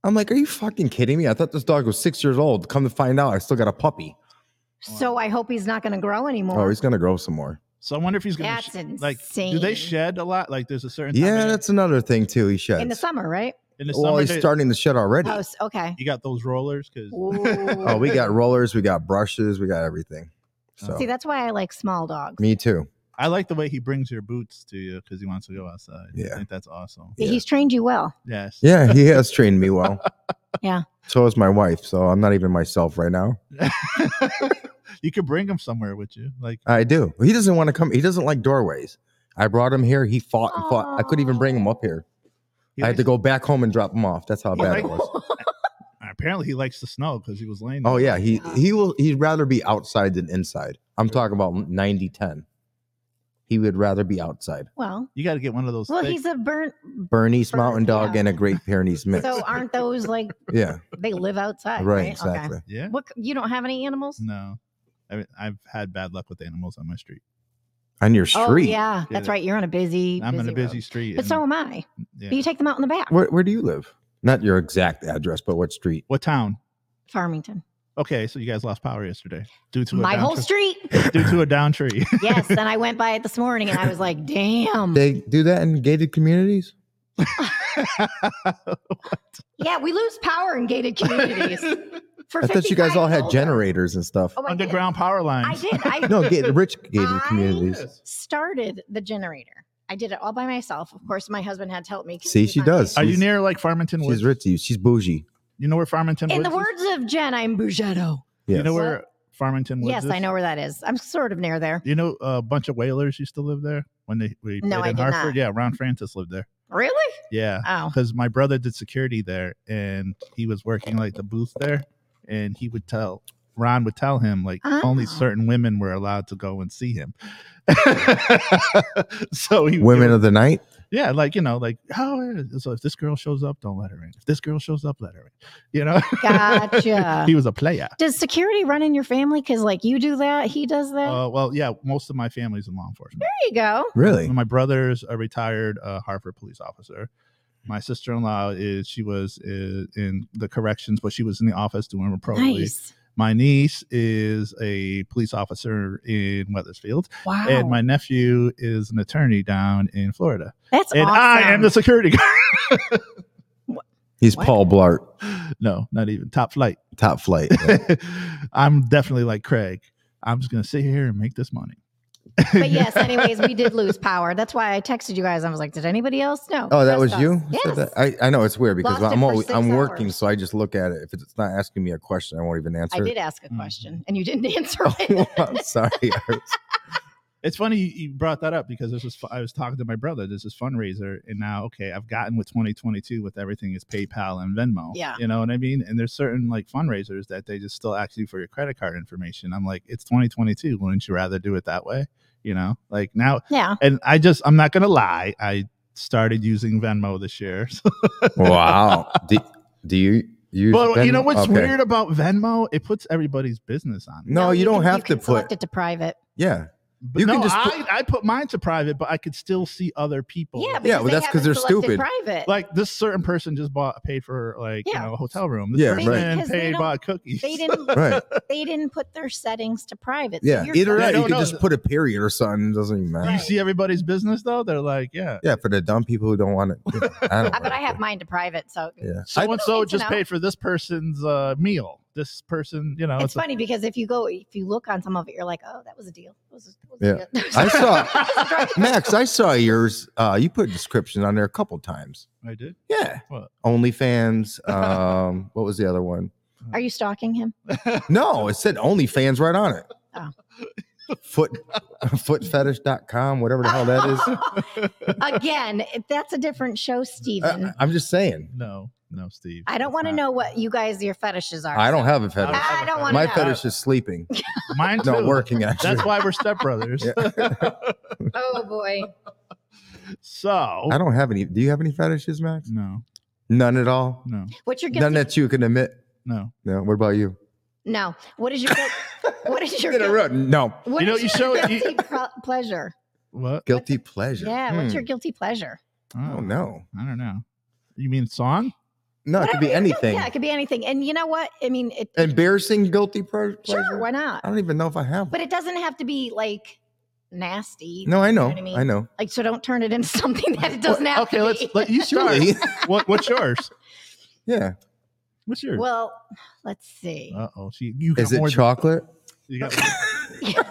Speaker 1: I'm like, are you fucking kidding me? I thought this dog was six years old. Come to find out, I still got a puppy.
Speaker 3: So I hope he's not going to grow anymore.
Speaker 1: Oh, he's gonna grow some more.
Speaker 2: So I wonder if he's gonna
Speaker 3: That's
Speaker 2: sh- like. Do
Speaker 3: insane.
Speaker 2: they shed a lot? Like there's a certain time
Speaker 1: Yeah,
Speaker 2: in-
Speaker 1: that's another thing too. He sheds.
Speaker 3: in the summer, right?
Speaker 2: in the
Speaker 1: well,
Speaker 2: summer.
Speaker 1: he's
Speaker 2: they-
Speaker 1: starting to shed already.
Speaker 3: Oh, s- okay.
Speaker 2: you got those rollers because
Speaker 1: Oh,
Speaker 3: Ooh.
Speaker 1: we got rollers, we got brushes, we got everything.
Speaker 2: Oh.
Speaker 1: So
Speaker 3: See, that's why I like small dogs.
Speaker 1: me too.
Speaker 2: I like the way he brings your boots to you because he wants to go outside.
Speaker 1: Yeah.
Speaker 2: I think that's awesome.
Speaker 1: Yeah.
Speaker 3: He's trained you well.
Speaker 2: Yes.
Speaker 1: Yeah, he has trained me well.
Speaker 3: Yeah.
Speaker 1: So has my wife. So I'm not even myself right now.
Speaker 2: you could bring him somewhere with you. Like
Speaker 1: I do. He doesn't want to come. He doesn't like doorways. I brought him here. He fought and fought. I couldn't even bring him up here.
Speaker 2: he
Speaker 1: I had
Speaker 2: likes-
Speaker 1: to go back home and drop him off. That's how
Speaker 2: He
Speaker 1: bad it
Speaker 2: likes-
Speaker 1: was.
Speaker 2: Apparently, he likes the snow because he was laying.
Speaker 1: Oh yeah,
Speaker 2: there.
Speaker 1: he he will. He'd rather be outside than inside. I'm talking about 90-10. He would rather be outside.
Speaker 3: well,
Speaker 2: You got to get one of those.
Speaker 3: well,
Speaker 2: thick-
Speaker 3: he's a burnt.
Speaker 1: Bernese
Speaker 3: Burn-
Speaker 1: Mountain Dog
Speaker 3: yeah.
Speaker 1: and a Great Pyrenees mix.
Speaker 3: So aren't those like
Speaker 1: yeah,
Speaker 3: they live outside?
Speaker 1: right,
Speaker 3: Right.
Speaker 1: exactly.
Speaker 2: yeah.
Speaker 3: Okay. What c- you don't have any animals?
Speaker 2: No, I mean, I've had bad luck with animals on my street.
Speaker 1: On your
Speaker 3: Oh
Speaker 1: street.
Speaker 3: yeah, that's
Speaker 2: Yeah.
Speaker 3: right. You're on a busy.
Speaker 2: I'm in a busy
Speaker 3: road.
Speaker 2: street.
Speaker 3: But
Speaker 2: and-
Speaker 3: so am I.
Speaker 2: yeah.
Speaker 3: But you take them out in the back,
Speaker 1: Where where do you live? Not your exact address, but what street?
Speaker 2: what town?
Speaker 3: Farmington.
Speaker 2: Okay, so you guys lost power yesterday due to
Speaker 3: My
Speaker 2: a down
Speaker 3: whole
Speaker 2: tree-
Speaker 3: street.
Speaker 2: due to a down tree.
Speaker 3: yes. And I went by it this morning, and I was like, "Damn."
Speaker 1: They do that in gated communities.
Speaker 3: yeah, we lose power in gated communities. For
Speaker 1: I thought you guys
Speaker 3: 55
Speaker 1: all had
Speaker 3: and older.
Speaker 1: generators and stuff.
Speaker 3: Oh, I did.
Speaker 2: Underground power
Speaker 3: I
Speaker 2: lines.
Speaker 3: did. I
Speaker 1: No, get rich gated
Speaker 3: I-
Speaker 1: communities.
Speaker 3: started the generator. I did it all by myself. Of course, my husband had to help me. 'cause
Speaker 1: See,
Speaker 3: he's
Speaker 1: she
Speaker 3: not-
Speaker 1: does.
Speaker 2: Are you
Speaker 1: She's-
Speaker 2: near like Farmington Woods?
Speaker 1: She's ritzy. She's bougie.
Speaker 2: You know where Farmington
Speaker 3: In
Speaker 2: Woods?
Speaker 3: the
Speaker 2: is?
Speaker 3: words of Jen, I'm Bougetto.
Speaker 1: Yes.
Speaker 2: You know
Speaker 3: What?
Speaker 2: where Farmington Woods?
Speaker 3: Yes,
Speaker 2: is?
Speaker 3: I know where that is. I'm sort of near there.
Speaker 2: You know, a bunch of whalers used to live there when they we
Speaker 3: No,
Speaker 2: played
Speaker 3: I
Speaker 2: in
Speaker 3: did
Speaker 2: Hartford.
Speaker 3: not.
Speaker 2: Yeah, Ron Francis lived there.
Speaker 3: Really?
Speaker 2: Yeah,
Speaker 3: Oh,
Speaker 2: because my brother did security there, and he was working like the booth there, and he would tell Ron would tell him like only
Speaker 3: Oh.
Speaker 2: certain women were allowed to go and see him. so he
Speaker 1: Women of the night.
Speaker 2: yeah, like you know, like how so if this girl shows up, don't let her in. If this girl shows up, let her in. You know,
Speaker 3: Gotcha.
Speaker 2: he was a player.
Speaker 3: does security run in your family? Because like you do that, he does that.
Speaker 2: Uh, well, yeah, most of my family's in law enforcement.
Speaker 3: there you go.
Speaker 1: Really?
Speaker 2: My brother's a retired uh, Harvard police officer. My sister in law is she was uh, in the corrections, but she was in the office doing reproach.
Speaker 3: Nice.
Speaker 2: My niece is a police officer in Weathersfield,
Speaker 3: Wow.
Speaker 2: and my nephew is an attorney down in Florida.
Speaker 3: That's
Speaker 2: And
Speaker 3: awesome.
Speaker 2: I am the security
Speaker 1: He's
Speaker 3: What?
Speaker 1: Paul Blart,
Speaker 2: guard. no, not even top flight.
Speaker 1: top flight.
Speaker 2: I'm definitely like Craig. I'm just gonna sit here and make this money.
Speaker 3: but yes, anyways, we did lose power. That's why I texted you guys. I was like, did anybody else know?
Speaker 1: oh, that
Speaker 3: Just
Speaker 1: was
Speaker 3: us.
Speaker 1: you?
Speaker 3: Yes.
Speaker 1: Said that? I, I know it's weird because
Speaker 3: Lost it
Speaker 1: I'm
Speaker 3: for
Speaker 1: always,
Speaker 3: six
Speaker 1: I'm working,
Speaker 3: hours.
Speaker 1: so I just look at it. If it's not asking me a question, I won't even
Speaker 3: I
Speaker 1: answer.
Speaker 3: did ask a
Speaker 2: Mhm.
Speaker 3: question, and you didn't answer
Speaker 1: it.
Speaker 3: it.
Speaker 1: I'm sorry. I was-
Speaker 2: It's funny you- you brought that up because this is I was talking to my brother. This is fundraiser, and now okay, I've gotten with 2022 with everything is PayPal and Venmo.
Speaker 3: Yeah.
Speaker 2: you know what I mean. And there's certain like fundraisers that they just still ask you for your credit card information. I'm like, it's 2022. Wouldn't you rather do it that way? You know, like now,
Speaker 3: yeah.
Speaker 2: and I just I'm not gonna lie. I started using Venmo this year.
Speaker 1: wow. Do, do you use?
Speaker 2: but you know
Speaker 1: Venmo?
Speaker 2: what's
Speaker 1: Okay.
Speaker 2: weird about Venmo? It puts everybody's business on. it.
Speaker 1: No, you, don't
Speaker 3: can-
Speaker 1: have to
Speaker 3: can
Speaker 1: put.
Speaker 3: select it to private.
Speaker 1: Yeah,
Speaker 2: But
Speaker 1: You
Speaker 2: no,
Speaker 1: can just put-
Speaker 2: I, I put mine to private, but I could still see other people.
Speaker 3: Yeah, because
Speaker 1: Yeah, well,
Speaker 3: they
Speaker 1: that's 'cause they're
Speaker 3: haven't selected
Speaker 1: stupid.
Speaker 3: Private.
Speaker 2: Like this certain person just bought paid for like
Speaker 3: Yeah.
Speaker 2: you know a hotel room. This
Speaker 1: Yeah,
Speaker 2: person
Speaker 1: right.
Speaker 3: Because they
Speaker 2: paid
Speaker 3: don't-
Speaker 2: bought cookies.
Speaker 3: they didn't.
Speaker 1: Right.
Speaker 3: They didn't put their settings to private. so
Speaker 1: Yeah.
Speaker 3: you're
Speaker 1: Either
Speaker 2: Yeah, I
Speaker 1: way,
Speaker 3: fucked.
Speaker 1: you
Speaker 2: don't
Speaker 1: can
Speaker 2: know.
Speaker 1: just put a period or something. doesn't even
Speaker 2: Do you
Speaker 1: matter.
Speaker 2: see everybody's business though? They're like, yeah.
Speaker 1: Yeah, for the dumb people who don't want it. Yeah, I don't
Speaker 3: I, Ah, but
Speaker 1: want
Speaker 3: I
Speaker 1: it.
Speaker 3: have mine to private, so
Speaker 1: Yeah.
Speaker 2: So
Speaker 1: I-
Speaker 2: and
Speaker 3: I
Speaker 2: so
Speaker 3: need to
Speaker 2: just
Speaker 3: know.
Speaker 2: paid for this person's uh, meal. This person, you know,
Speaker 3: it's
Speaker 2: it's,
Speaker 3: funny because if you go, if you look on some of it, you're like, oh, that was a deal. That was a,
Speaker 1: Yeah.
Speaker 3: that was a deal.
Speaker 1: I saw-
Speaker 2: I
Speaker 1: Max, I saw yours. Uh, you put a description on there a couple times.
Speaker 2: did.
Speaker 1: Yeah.
Speaker 2: What?
Speaker 1: OnlyFans. Um, what was the other one?
Speaker 3: Are you stalking him?
Speaker 1: No, it said OnlyFans right on it.
Speaker 3: Oh.
Speaker 1: Foot footfetish.com, whatever the hell that is. Uh,
Speaker 3: Again, it- that's a different show, Steven.
Speaker 1: I, I'm just saying.
Speaker 2: No, no, Steve.
Speaker 3: I don't
Speaker 2: it's
Speaker 3: want to
Speaker 2: not.
Speaker 3: know what you guys your fetishes are.
Speaker 1: uh, I don't have a
Speaker 2: I
Speaker 1: fetish.
Speaker 3: I don't wanna
Speaker 1: My
Speaker 3: know.
Speaker 1: fetish is sleeping,
Speaker 2: Mine too.
Speaker 1: not working actually.
Speaker 2: That's why we're stepbrothers.
Speaker 3: Oh boy.
Speaker 2: so
Speaker 1: I don't have any. Do you have any fetishes, Max?
Speaker 2: no,
Speaker 1: None at all.
Speaker 2: no,
Speaker 3: What's your guilty?
Speaker 1: None that you can admit.
Speaker 2: no.
Speaker 1: No. What about you?
Speaker 3: no. What is your guil- what is your
Speaker 1: In a
Speaker 3: guil-
Speaker 1: row. No.
Speaker 3: what
Speaker 2: You know,
Speaker 3: is
Speaker 2: you
Speaker 3: your
Speaker 2: showed- you-
Speaker 3: guilty pro- pleasure?
Speaker 2: What?
Speaker 1: Guilty pleasure.
Speaker 3: Yeah. What's
Speaker 1: Hmm.
Speaker 3: your guilty pleasure?
Speaker 1: I don't know.
Speaker 2: I don't know. You mean song?
Speaker 1: No, it could be
Speaker 3: Whatever your guil-
Speaker 1: anything.
Speaker 3: Yeah, it could be anything. And you know what? I mean, it,
Speaker 1: Embarrassing guilty pre- pleasure.
Speaker 3: sure, why not?
Speaker 1: I don't even know if I have. one.
Speaker 3: But it doesn't have to be like nasty.
Speaker 1: no, I know.
Speaker 3: what I
Speaker 1: I,
Speaker 3: mean?
Speaker 1: know.
Speaker 3: Like, so don't turn it into something that it doesn't have
Speaker 2: okay,
Speaker 3: to
Speaker 2: let's
Speaker 3: be.
Speaker 2: let you start.
Speaker 1: Really?
Speaker 2: what, what's yours?
Speaker 1: yeah.
Speaker 2: What's yours?
Speaker 3: well, let's see.
Speaker 2: uh oh, she you got
Speaker 1: Is it
Speaker 2: more than-
Speaker 1: chocolate?
Speaker 2: you got-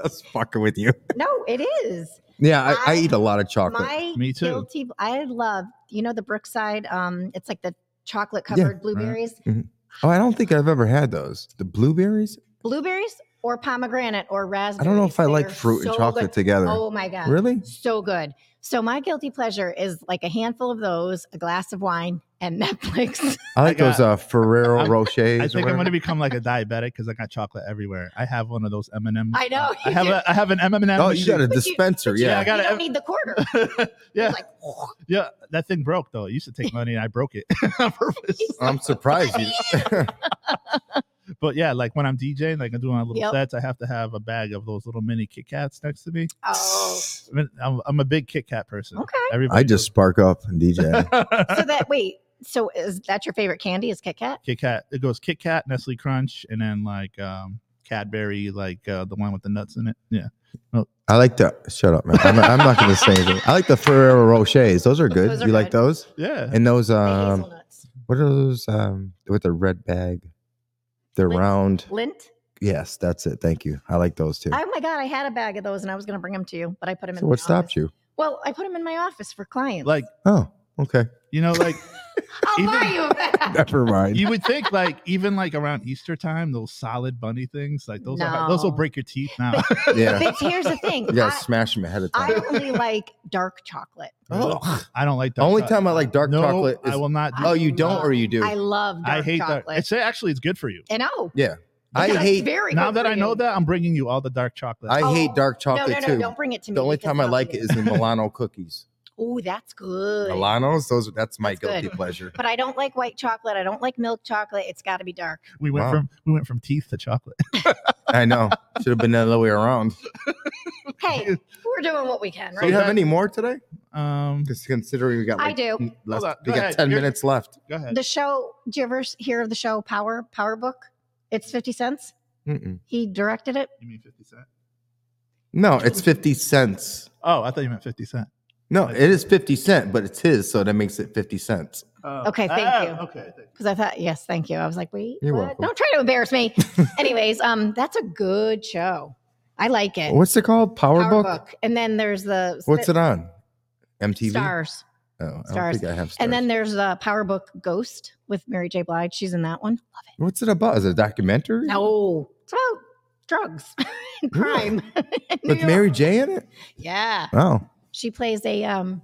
Speaker 1: Just fucking with you.
Speaker 3: no, it is.
Speaker 1: Yeah, I, I
Speaker 3: I-
Speaker 1: eat a lot of chocolate.
Speaker 3: My
Speaker 2: Me too.
Speaker 3: guilty. I love, you know, the Brookside. Um, It's like the chocolate covered blueberries,
Speaker 1: oh, I don't think I've ever had those. The blueberries?
Speaker 3: blueberries or pomegranate or
Speaker 1: I
Speaker 3: raspberry.
Speaker 1: don't know if I like fruit and chocolate together.
Speaker 3: Oh my God.
Speaker 1: really?
Speaker 3: So good. So my guilty pleasure is like a handful of those, a glass of wine, and Netflix.
Speaker 1: I like those uh, Ferrero
Speaker 2: I'm-
Speaker 1: Rochers.
Speaker 2: I
Speaker 1: or
Speaker 2: think I'm
Speaker 1: whatever.
Speaker 2: gonna become like a diabetic because I got chocolate everywhere. I have one of those M and m
Speaker 3: I know.
Speaker 2: I have a, I have an M&M M and m
Speaker 1: Oh, you got a
Speaker 3: But you-
Speaker 1: dispenser, yeah.
Speaker 2: I got
Speaker 3: you
Speaker 2: it.
Speaker 3: don't need the quarter.
Speaker 2: yeah,
Speaker 3: It's like,
Speaker 2: yeah. That thing broke though. It used to take money, and I broke it on purpose.
Speaker 1: I'm surprised you.
Speaker 2: But yeah, like when I'm DJing, like I'm doing my little
Speaker 3: Yep.
Speaker 2: sets, I have to have a bag of those little mini Kit Kats next to me.
Speaker 3: oh.
Speaker 2: I mean, I'm, I'm a big Kit Kat person.
Speaker 3: Okay.
Speaker 2: Everybody
Speaker 1: I just spark up and DJ.
Speaker 2: goes-
Speaker 3: So that wait, so is that your favorite candy? Is Kit Kat?
Speaker 2: Kit Kat. It goes Kit Kat, Nestle Crunch, and then like um, Cadbury, like uh, the one with the nuts in it. Yeah.
Speaker 1: I like the shut up, man. I'm not, I'm not gonna say anything. I like the Ferrero Rochers. Those are good.
Speaker 3: Those are
Speaker 1: you like
Speaker 3: good.
Speaker 1: those?
Speaker 2: Yeah.
Speaker 1: And those
Speaker 3: The
Speaker 1: um,
Speaker 3: hazelnuts,
Speaker 1: what are those um with the red bag? They're
Speaker 3: Lint.
Speaker 1: round.
Speaker 3: lint.
Speaker 1: Yes, that's it. Thank you. I like those too.
Speaker 3: Oh my god, I had a bag of those and I was going to bring them to you, but I put them
Speaker 1: So
Speaker 3: in.
Speaker 1: what stopped you?
Speaker 3: Well, I put them in my office for clients.
Speaker 2: like,
Speaker 1: Oh, okay.
Speaker 2: you know, like
Speaker 3: I'll
Speaker 2: even-
Speaker 3: buy you that.
Speaker 1: Never mind.
Speaker 2: you would think, like, even like around Easter time, those solid bunny things, like those, are, those will
Speaker 3: No.
Speaker 2: break your teeth now.
Speaker 1: yeah,
Speaker 3: But here's the thing.
Speaker 1: you gotta smash them ahead of
Speaker 3: I, I
Speaker 1: time.
Speaker 3: only like dark chocolate.
Speaker 1: Oh.
Speaker 2: I don't like
Speaker 1: The
Speaker 2: dark
Speaker 1: only
Speaker 2: chocolate.
Speaker 1: time I like dark
Speaker 2: no,
Speaker 1: chocolate is
Speaker 2: I will not do
Speaker 1: oh, you don't or you do?
Speaker 3: I
Speaker 1: I,
Speaker 3: love dark
Speaker 2: I hate
Speaker 3: chocolate.
Speaker 2: that. It's actually it's good for you.
Speaker 3: I know. That's
Speaker 1: hate
Speaker 3: very
Speaker 2: Now
Speaker 3: good
Speaker 2: that
Speaker 3: for
Speaker 2: I know
Speaker 3: you.
Speaker 2: that, I'm bringing you all the dark chocolate.
Speaker 1: I
Speaker 3: Oh,
Speaker 1: hate dark
Speaker 3: No, no,
Speaker 1: chocolate
Speaker 3: no,
Speaker 1: too.
Speaker 3: don't bring it to me.
Speaker 1: the only time I like it is the Milano cookies.
Speaker 3: Oh, that's good.
Speaker 1: Milanos, those are, that's my
Speaker 3: That's
Speaker 1: guilty
Speaker 3: good.
Speaker 1: pleasure.
Speaker 3: But I don't like white chocolate. I don't like milk chocolate. It's got to be dark.
Speaker 2: we went
Speaker 1: Wow.
Speaker 2: from we went from teeth to chocolate.
Speaker 1: I know. Should have been the other way around.
Speaker 3: Hey, we're doing what we can,
Speaker 1: Do
Speaker 3: right?
Speaker 1: you have
Speaker 2: that-
Speaker 1: any more today?
Speaker 2: Um,
Speaker 1: Because considering we got
Speaker 3: I
Speaker 1: like
Speaker 3: do.
Speaker 1: n- less-
Speaker 2: Hold on,
Speaker 1: we
Speaker 2: go
Speaker 1: got
Speaker 2: ahead.
Speaker 1: ten
Speaker 2: You're-
Speaker 1: minutes left.
Speaker 2: go ahead.
Speaker 3: the show do you ever s- hear of the show power power book it's 50 cents
Speaker 1: Mm-mm.
Speaker 3: he directed it
Speaker 2: You mean fifty cent?
Speaker 1: No, it's fifty cents.
Speaker 2: Oh, I thought you meant fifty cent.
Speaker 1: No, it is fifty cent, but it's his, so that makes it fifty cents.
Speaker 2: Oh.
Speaker 3: Okay, thank
Speaker 2: Ah,
Speaker 3: you.
Speaker 2: Okay, thank
Speaker 3: because i thought yes thank you i was like wait
Speaker 1: You're
Speaker 3: what?
Speaker 1: welcome.
Speaker 3: don't try to embarrass me anyways um that's a good show i like it
Speaker 1: What's it called? Power, book?
Speaker 3: and then there's the
Speaker 1: What's it on? MTV.
Speaker 3: stars
Speaker 1: Oh, I don't
Speaker 3: Stars.
Speaker 1: think I have stars.
Speaker 3: and then there's the power book ghost with mary j blige she's in that one
Speaker 1: what's it about? Is it a documentary?
Speaker 3: no it's about drugs and crime in New
Speaker 1: With
Speaker 3: York.
Speaker 1: Mary J in it?
Speaker 3: yeah
Speaker 1: Oh.
Speaker 3: she plays a um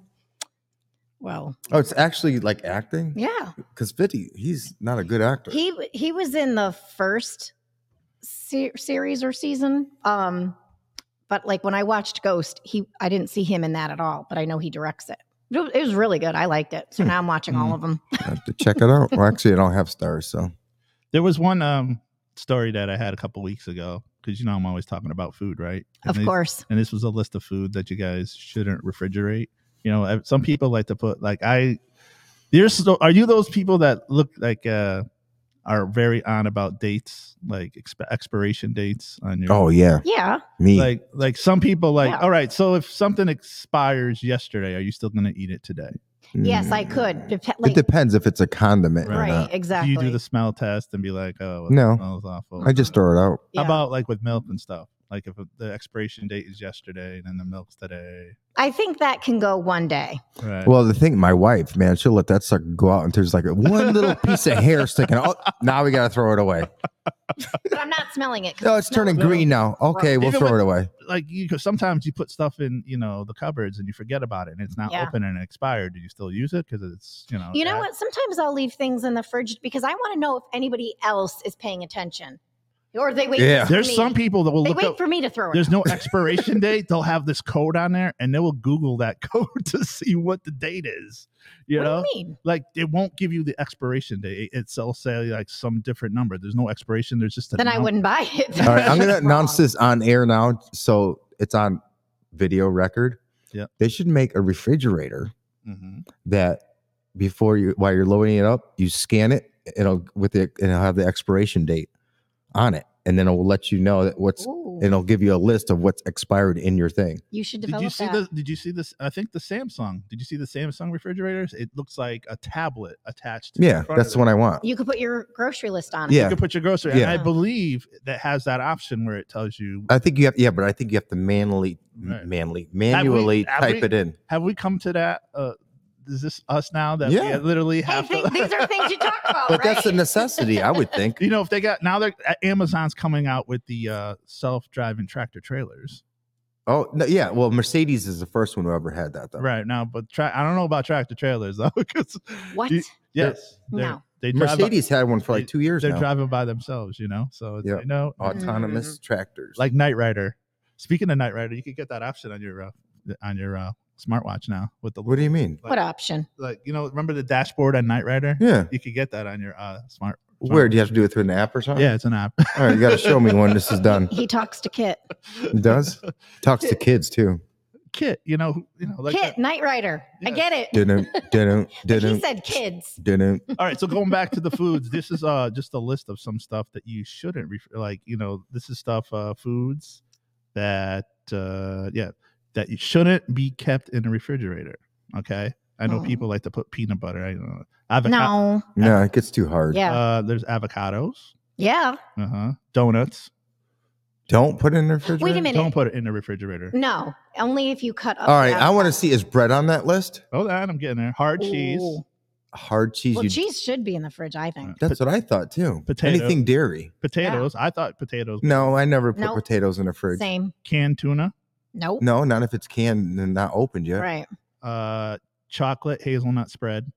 Speaker 3: well
Speaker 1: Oh, it's actually like acting?
Speaker 3: yeah
Speaker 1: Because 50, he's not a good actor.
Speaker 3: he he was in the first se- series or season um but like when i watched ghost he i didn't see him in that at all but i know he directs it it was, it was really good i liked it so
Speaker 1: Hmm.
Speaker 3: now i'm watching all of them
Speaker 1: I have to check it out. well, actually, I don't have stars, so.
Speaker 2: There was one um story that I had a couple weeks ago because you know I'm always talking about food, right? And
Speaker 3: of
Speaker 2: these-
Speaker 3: course.
Speaker 2: and this was a list of food that you guys shouldn't refrigerate. You know, uh, some people like to put like I. There's so, are you those people that look like uh are very on about dates like exp- expiration dates on your
Speaker 1: Oh yeah,
Speaker 3: Yeah.
Speaker 1: me.
Speaker 2: like like some people like
Speaker 3: Yeah.
Speaker 2: all right so if something expires yesterday are you still going to eat it today
Speaker 3: Yes, I
Speaker 1: Mm.
Speaker 3: could. Dep-
Speaker 1: it
Speaker 3: like,
Speaker 1: depends if it's a condiment or
Speaker 3: right.
Speaker 1: not.
Speaker 2: do
Speaker 3: Exactly.
Speaker 2: you do the smell test and be like oh well,
Speaker 1: No.
Speaker 2: that smells awful
Speaker 1: I just throw it out.
Speaker 2: how
Speaker 3: Yeah.
Speaker 2: about like with milk and stuff like if the expiration date is yesterday and then the milk's today
Speaker 3: I think that can go one day.
Speaker 2: right
Speaker 1: Well, the thing, my wife, man, she'll let that sucker go out until there's like one little piece of hair sticking out. Oh, now we gotta throw it away.
Speaker 3: But I'm not smelling it. 'cause
Speaker 1: No,
Speaker 3: it
Speaker 1: it's
Speaker 3: smells
Speaker 1: turning
Speaker 3: really-
Speaker 1: green now. Okay, we'll
Speaker 2: Even
Speaker 1: throw
Speaker 2: with-
Speaker 1: it away.
Speaker 2: like you because sometimes you put stuff in you know the cupboards and you forget about it and it's not
Speaker 3: Yeah.
Speaker 2: open and expired do you still use it because it's you know
Speaker 3: You know
Speaker 2: that-
Speaker 3: what? Sometimes I'll leave things in the fridge because I want to know if anybody else is paying attention, or they wait.
Speaker 1: Yeah.
Speaker 3: For
Speaker 2: there's
Speaker 3: me.
Speaker 2: some people that will
Speaker 3: They
Speaker 2: look
Speaker 3: wait
Speaker 2: up
Speaker 3: for me to throw it.
Speaker 2: there's no
Speaker 3: out.
Speaker 2: expiration date they'll have this code on there and they will google that code to see what the date is you
Speaker 3: what
Speaker 2: know
Speaker 3: do you mean?
Speaker 2: like it won't give you the expiration date It- it'll say like some different number there's no expiration there's just a
Speaker 3: Then I
Speaker 2: num-
Speaker 3: wouldn't buy it.
Speaker 1: All right, I'm gonna
Speaker 3: Wrong.
Speaker 1: announce this on air now, so it's on video record.
Speaker 2: Yeah.
Speaker 1: they should make a refrigerator
Speaker 2: Mhm.
Speaker 1: that before you while you're loading it up, you scan it. It'll with it, and it'll have the expiration date on it, and then it will let you know that what's.
Speaker 3: Ooh,
Speaker 1: It'll give you a list of what's expired in your thing.
Speaker 3: you should
Speaker 2: did
Speaker 3: develop
Speaker 2: you see
Speaker 3: that.
Speaker 2: the did you see this i think the samsung did you see the samsung refrigerators it looks like a tablet attached to the
Speaker 1: Yeah,
Speaker 2: front
Speaker 1: that's the
Speaker 2: of it.
Speaker 1: one I want.
Speaker 3: you could put your grocery list on. it.
Speaker 1: Yeah,
Speaker 2: you can put your grocery and
Speaker 1: Yeah.
Speaker 2: i believe that has that option where it tells you
Speaker 1: I think you have. Yeah, but I think you have to manually,
Speaker 2: Right.
Speaker 1: manually,
Speaker 2: Have we-
Speaker 1: manually
Speaker 2: have
Speaker 1: type
Speaker 2: we-
Speaker 1: it in.
Speaker 2: have we come to that uh is this us now that we
Speaker 1: Yeah.
Speaker 2: literally
Speaker 3: Hey,
Speaker 2: have
Speaker 3: thi-
Speaker 2: to
Speaker 3: these are things you talk about,
Speaker 1: But
Speaker 3: right?
Speaker 1: that's a necessity, I would think.
Speaker 2: you know if they got now they're uh, amazon's coming out with the uh self-driving tractor trailers
Speaker 1: Oh no, yeah. Well, Mercedes is the first one who ever had that, though.
Speaker 2: right now but tra- i don't know about tractor trailers though because
Speaker 3: what?
Speaker 2: you- yes
Speaker 3: No.
Speaker 2: they're- they drive by,
Speaker 1: Mercedes had one for like two years
Speaker 2: they're
Speaker 1: now.
Speaker 2: driving by themselves you know so it's,
Speaker 1: Yeah.
Speaker 2: you know
Speaker 3: Mm-hmm,
Speaker 1: Autonomous tractors.
Speaker 2: like Knight Rider. Speaking of Knight Rider, you could get that option on your uh, on your uh, smartwatch now with the
Speaker 1: what do you mean?
Speaker 3: what option?
Speaker 2: like you know remember the dashboard on Knight Rider?
Speaker 1: Yeah.
Speaker 2: You could get that on your uh, smart.
Speaker 1: Where do you have to do it through an app or something?
Speaker 2: Yeah, it's an app.
Speaker 1: All right, you got to show me when this is done.
Speaker 3: He talks to Kit.
Speaker 1: It does talks to kids too.
Speaker 2: Kit, you know, who- you know, like
Speaker 3: Kit, Knight Rider. I
Speaker 2: Yeah.
Speaker 3: get it.
Speaker 1: Didn't, didn't,
Speaker 3: But he
Speaker 1: didn't,
Speaker 3: said kids.
Speaker 1: didn't.
Speaker 2: that. All right, so going back to the foods, this is uh just a list of some stuff that you shouldn't ref- like. You know, this is stuff uh foods that uh yeah that you shouldn't be kept in the refrigerator. Okay, I know
Speaker 3: Oh.
Speaker 2: people like to put peanut butter. I don't know. Avoca-
Speaker 3: No.
Speaker 1: No, it gets too hard.
Speaker 3: Yeah.
Speaker 2: Uh, there's avocados.
Speaker 3: Yeah.
Speaker 2: Uh huh. Donuts.
Speaker 1: Don't put it in the refrigerator.
Speaker 3: Wait a minute.
Speaker 2: Don't put it in the refrigerator.
Speaker 3: No. Only if you cut up.
Speaker 1: All right, I want to see is bread on that list?
Speaker 2: Hold on, Oh, I'm getting there. Hard cheese,
Speaker 1: Hard cheese.
Speaker 3: Well,
Speaker 1: you-
Speaker 3: cheese should be in the fridge, I think.
Speaker 1: That's what I thought too.
Speaker 2: Potato.
Speaker 1: Anything dairy.
Speaker 2: potatoes. I thought potatoes.
Speaker 1: No, I never put
Speaker 3: Nope.
Speaker 1: potatoes in the fridge.
Speaker 3: Same.
Speaker 2: Canned tuna,
Speaker 3: Nope.
Speaker 1: No, not if it's canned and not opened yet.
Speaker 3: Right.
Speaker 2: uh, chocolate hazelnut spread,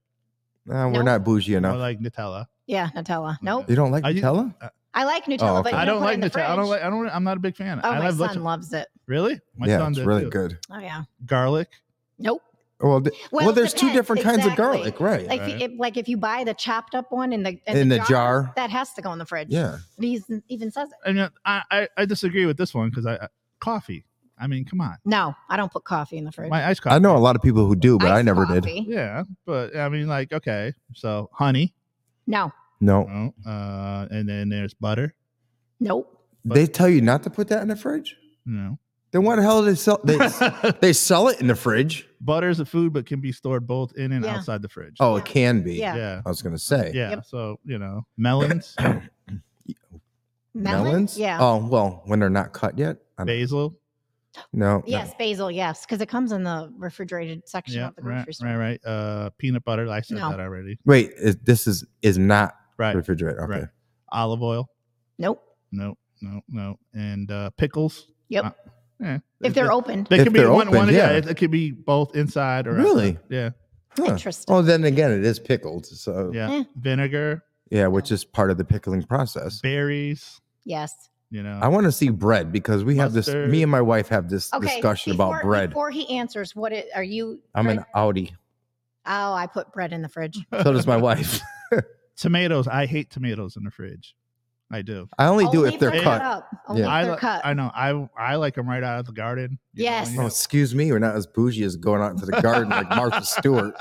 Speaker 1: Nah, we're
Speaker 3: Nope.
Speaker 1: not bougie
Speaker 2: or
Speaker 1: enough.
Speaker 2: like Nutella.
Speaker 3: Yeah. Nutella. Nope.
Speaker 1: you don't like
Speaker 2: Are you-
Speaker 1: Nutella?
Speaker 3: I like Nutella,
Speaker 1: Oh, okay.
Speaker 3: but you
Speaker 2: I don't
Speaker 3: put it
Speaker 2: like
Speaker 3: in the
Speaker 2: Nutella. I don't
Speaker 3: fridge.
Speaker 2: like. I don't. I'm not a big fan.
Speaker 3: Oh,
Speaker 2: I
Speaker 3: my
Speaker 2: love
Speaker 3: son
Speaker 2: lots of-
Speaker 3: loves it.
Speaker 2: really. My
Speaker 1: yeah,
Speaker 2: son
Speaker 1: it's
Speaker 2: does
Speaker 1: really
Speaker 2: too.
Speaker 1: good.
Speaker 3: Oh yeah.
Speaker 2: Garlic.
Speaker 3: Nope.
Speaker 1: Well, th- well,
Speaker 3: it
Speaker 1: there's two
Speaker 3: depends.
Speaker 1: different kinds of
Speaker 3: Exactly.
Speaker 1: garlic, right?
Speaker 3: Like, if, if, like if you buy the chopped up one in the
Speaker 1: in the jar.
Speaker 3: that has to go in the fridge.
Speaker 1: Yeah.
Speaker 3: But He even says it.
Speaker 2: I mean, I I, I disagree with this one because I, I coffee. I mean, come on,
Speaker 3: No, I don't put coffee in the fridge.
Speaker 2: my iced coffee.
Speaker 1: I know a lot of people who do, but I
Speaker 3: Iced
Speaker 1: never did.
Speaker 3: coffee.
Speaker 2: Yeah, but I mean, like, okay, so honey,
Speaker 3: No.
Speaker 1: No.
Speaker 2: oh, uh, and then there's butter.
Speaker 3: Nope.
Speaker 2: But-
Speaker 1: they tell you not to put that in the fridge?
Speaker 2: No.
Speaker 1: Then why the hell do they sell they they sell it in the fridge?
Speaker 2: butter is a food but can be stored both in and
Speaker 3: Yeah.
Speaker 2: outside the fridge
Speaker 1: Oh,
Speaker 3: Yeah.
Speaker 1: it can be.
Speaker 3: Yeah.
Speaker 2: yeah
Speaker 1: I was gonna say.
Speaker 2: yeah
Speaker 3: Yep.
Speaker 2: so you know melons
Speaker 3: Melon?
Speaker 1: Melons?
Speaker 3: Yeah.
Speaker 1: Oh well, when they're not cut yet. I don't-
Speaker 2: basil
Speaker 1: No. no.
Speaker 3: Yes, basil. Yes, because it comes in the refrigerated section
Speaker 2: yeah
Speaker 3: of the grocery
Speaker 2: right,
Speaker 3: store.
Speaker 2: right right uh peanut butter i said
Speaker 3: No.
Speaker 2: that already
Speaker 1: Wait, is, this is is not
Speaker 2: right
Speaker 1: refrigerator. Okay.
Speaker 2: right olive oil
Speaker 3: Nope.
Speaker 2: no no no and uh pickles
Speaker 3: Yep.
Speaker 2: Uh, yeah
Speaker 3: if they're opened.
Speaker 2: they
Speaker 1: If
Speaker 2: could be
Speaker 1: they're
Speaker 2: one, one
Speaker 1: open,
Speaker 2: yeah.
Speaker 1: yeah.
Speaker 2: it, it could be both inside or
Speaker 1: Really?
Speaker 2: outside. yeah
Speaker 1: Huh.
Speaker 3: Interesting.
Speaker 1: Well, then again, it is pickled. So yeah,
Speaker 2: yeah
Speaker 3: Eh.
Speaker 2: vinegar
Speaker 1: which is part of the pickling process.
Speaker 2: berries
Speaker 3: yes.
Speaker 2: you know
Speaker 1: I want to see bread because we have this.
Speaker 2: Mustard.
Speaker 1: Me and my wife have this
Speaker 3: Okay.
Speaker 1: discussion about
Speaker 3: before-
Speaker 1: bread.
Speaker 3: Before he answers, what it, are you?
Speaker 1: I'm
Speaker 3: bread-
Speaker 1: an Audi.
Speaker 3: Oh, I put bread in the fridge.
Speaker 1: So does my wife.
Speaker 2: tomatoes i hate tomatoes in the fridge I do.
Speaker 1: I only do
Speaker 3: Only
Speaker 1: if they're
Speaker 2: they're
Speaker 1: cut.
Speaker 3: up. Only
Speaker 1: Yeah.
Speaker 3: if
Speaker 2: I,
Speaker 3: they're
Speaker 2: li-
Speaker 3: cut.
Speaker 2: I know. I I like them right out of the garden. you know,
Speaker 3: Yes.
Speaker 2: and-
Speaker 1: Oh, excuse me, we're not as bougie as going out into the garden like Martha Stewart.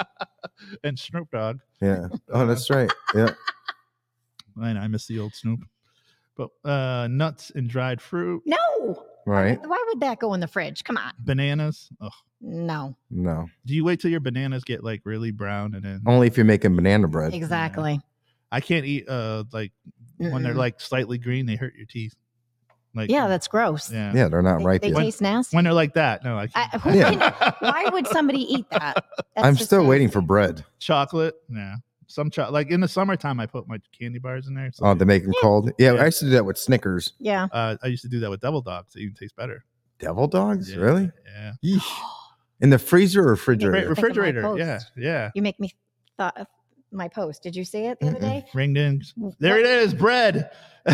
Speaker 2: and Snoop Dogg.
Speaker 1: Yeah. Oh, that's right. Yeah.
Speaker 2: I know, I miss the old Snoop. But uh, nuts and dried fruit,
Speaker 3: no.
Speaker 1: Right.
Speaker 3: Why would that go in the fridge? Come on.
Speaker 2: bananas. Ugh.
Speaker 3: No.
Speaker 1: No.
Speaker 2: Do you wait till your bananas get like really brown and then
Speaker 1: Only if you're making banana
Speaker 2: uh,
Speaker 1: bread.
Speaker 3: Exactly.
Speaker 2: I can't eat uh like when they're
Speaker 3: Mm-mm.
Speaker 2: like slightly green, they hurt your teeth. Like
Speaker 3: yeah, that's gross.
Speaker 2: yeah.
Speaker 1: Yeah, they're not
Speaker 3: They,
Speaker 1: ripe
Speaker 3: they
Speaker 1: yet.
Speaker 3: taste nasty.
Speaker 2: When they're like that, no, I can't.
Speaker 3: I- who Why would somebody eat that? That's
Speaker 1: I'm
Speaker 3: just
Speaker 1: still
Speaker 3: nasty.
Speaker 1: waiting for bread.
Speaker 2: chocolate? Yeah, some chocolate. Like in the summertime, I put my candy bars in there. so-
Speaker 1: Oh, to make them cold. Yeah,
Speaker 2: Yeah.
Speaker 1: I used to do that with Snickers.
Speaker 3: Yeah.
Speaker 2: uh, I used to do that with Devil Dogs. It even tastes better.
Speaker 1: Devil dogs?
Speaker 2: Yeah,
Speaker 1: Really?
Speaker 2: Yeah.
Speaker 1: Yeesh. In the freezer or
Speaker 2: Right,
Speaker 1: refrigerator?
Speaker 3: Think of my
Speaker 2: refrigerator. Yeah.
Speaker 3: post.
Speaker 2: Yeah.
Speaker 3: You make me thought of my post. Did you see it the other
Speaker 1: Mm-mm.
Speaker 3: day?
Speaker 2: Ring dings. There it is. Bread.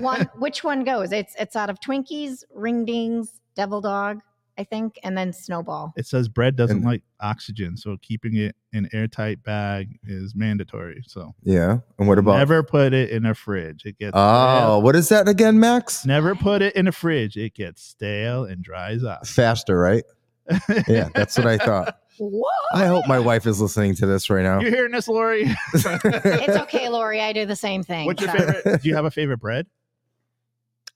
Speaker 3: One which one goes? It's it's out of Twinkies, Ring Dings, Devil Dog, I think, and then Snowball.
Speaker 2: It says bread doesn't
Speaker 1: And-
Speaker 2: like oxygen, so keeping it in airtight bag is mandatory. So
Speaker 1: Yeah. And what about?
Speaker 2: never put it in a fridge. It gets
Speaker 1: Oh,
Speaker 2: stale.
Speaker 1: what is that again, Max?
Speaker 2: never put it in a fridge. It gets stale and dries out.
Speaker 1: Faster, right? Yeah, that's what I thought.
Speaker 3: Whoa.
Speaker 1: I hope my wife is listening to this right now.
Speaker 2: You're hearing this, Lori.
Speaker 3: It's okay, Lori. I do the same thing.
Speaker 2: What's your
Speaker 3: so.
Speaker 2: favorite? Do you have a favorite bread?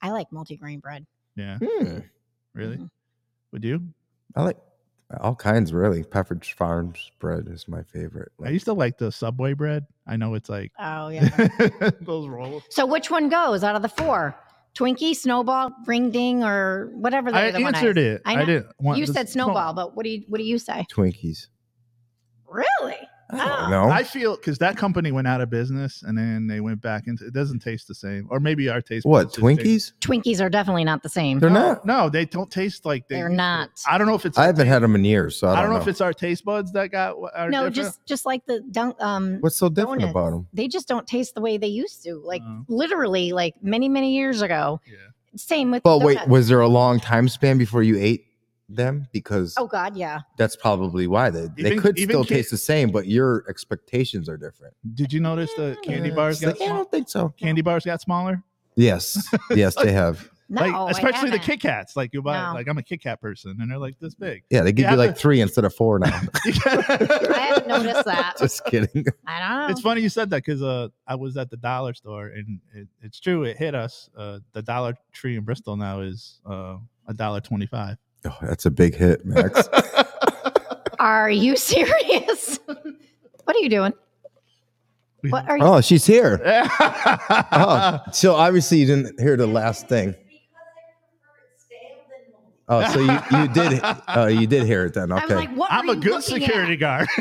Speaker 3: I like multigrain bread.
Speaker 2: Yeah,
Speaker 1: Hmm.
Speaker 2: really.
Speaker 3: Mhm.
Speaker 2: Would you?
Speaker 1: I like all kinds, really. Pepperidge Farms bread is my favorite.
Speaker 2: I
Speaker 1: Like,
Speaker 2: used to like the Subway bread. I know it's like
Speaker 3: Oh yeah.
Speaker 2: those rolls.
Speaker 3: so which one goes out of the four? Twinkie, Snowball, Ring Ding, or whatever the
Speaker 2: I
Speaker 3: other one
Speaker 2: answered
Speaker 3: is.
Speaker 2: it. I,
Speaker 3: I know.
Speaker 2: didn't want
Speaker 3: You
Speaker 2: the
Speaker 3: said snowball, but what do you what do you say?
Speaker 1: Twinkies.
Speaker 3: Really?
Speaker 1: I
Speaker 3: Oh.
Speaker 1: don't know.
Speaker 2: Ah, I feel because that company went out of business and then they went back into it doesn't taste the same, or maybe our taste.
Speaker 1: what,
Speaker 2: buds just taste-
Speaker 1: Twinkies?
Speaker 3: Twinkies are definitely not the same.
Speaker 1: They're
Speaker 2: no,
Speaker 1: not.
Speaker 2: No, they don't taste like they.
Speaker 3: They're
Speaker 2: used to.
Speaker 3: not.
Speaker 2: I don't know if it's.
Speaker 1: I
Speaker 2: our
Speaker 1: haven't
Speaker 2: taste-
Speaker 1: had them in years, so I
Speaker 2: I
Speaker 1: don't,
Speaker 2: don't know.
Speaker 1: know.
Speaker 2: if it's our taste buds that got. wh- Are
Speaker 3: No,
Speaker 2: different.
Speaker 3: just just like the dunk um
Speaker 1: What's so different
Speaker 3: donuts.
Speaker 1: about them?
Speaker 3: they just don't taste the way they used to. Like
Speaker 2: Oh.
Speaker 3: literally, like many many years ago.
Speaker 2: Yeah.
Speaker 3: Same with.
Speaker 1: But wait,
Speaker 3: donuts.
Speaker 1: was there a long time span before you ate them? Because
Speaker 3: oh God, yeah.
Speaker 1: that's probably why they, they
Speaker 2: Even-
Speaker 1: could
Speaker 2: even
Speaker 1: still
Speaker 2: ki-
Speaker 1: taste the same, but your expectations are different.
Speaker 2: Did you notice the candy
Speaker 1: Uh,
Speaker 2: bars
Speaker 1: it's like,
Speaker 2: got
Speaker 1: "Yeah, I
Speaker 2: small-
Speaker 1: don't think so.
Speaker 2: candy bars got smaller?
Speaker 1: Yes, yes, they have.
Speaker 3: No, I
Speaker 2: like especially the
Speaker 3: haven't.
Speaker 2: Kit Kats. Like you buy
Speaker 3: No.
Speaker 2: like I'm a Kit Kat person, and they're like this big.
Speaker 1: Yeah, they give
Speaker 2: Yeah,
Speaker 1: you like
Speaker 2: but-
Speaker 1: three instead of four now.
Speaker 3: I haven't noticed that.
Speaker 1: Just kidding.
Speaker 3: I don't know.
Speaker 2: It's funny you said that because uh, I was at the dollar store, and it, it's true. It hit us. Uh, the Dollar Tree in Bristol now is uh, a dollar twenty-five.
Speaker 1: Oh, that's a big hit, Max.
Speaker 3: Are you serious? what are you doing?
Speaker 2: We-
Speaker 3: What are you?
Speaker 1: oh, she's here. Oh,
Speaker 2: yeah,
Speaker 1: so obviously you didn't hear the last thing. Oh, so you, you did uh, you did hear it then.
Speaker 3: I was
Speaker 1: Okay.
Speaker 3: like, what?
Speaker 2: I'm
Speaker 3: were
Speaker 2: a
Speaker 3: you
Speaker 2: good
Speaker 3: looking at?
Speaker 2: security guard.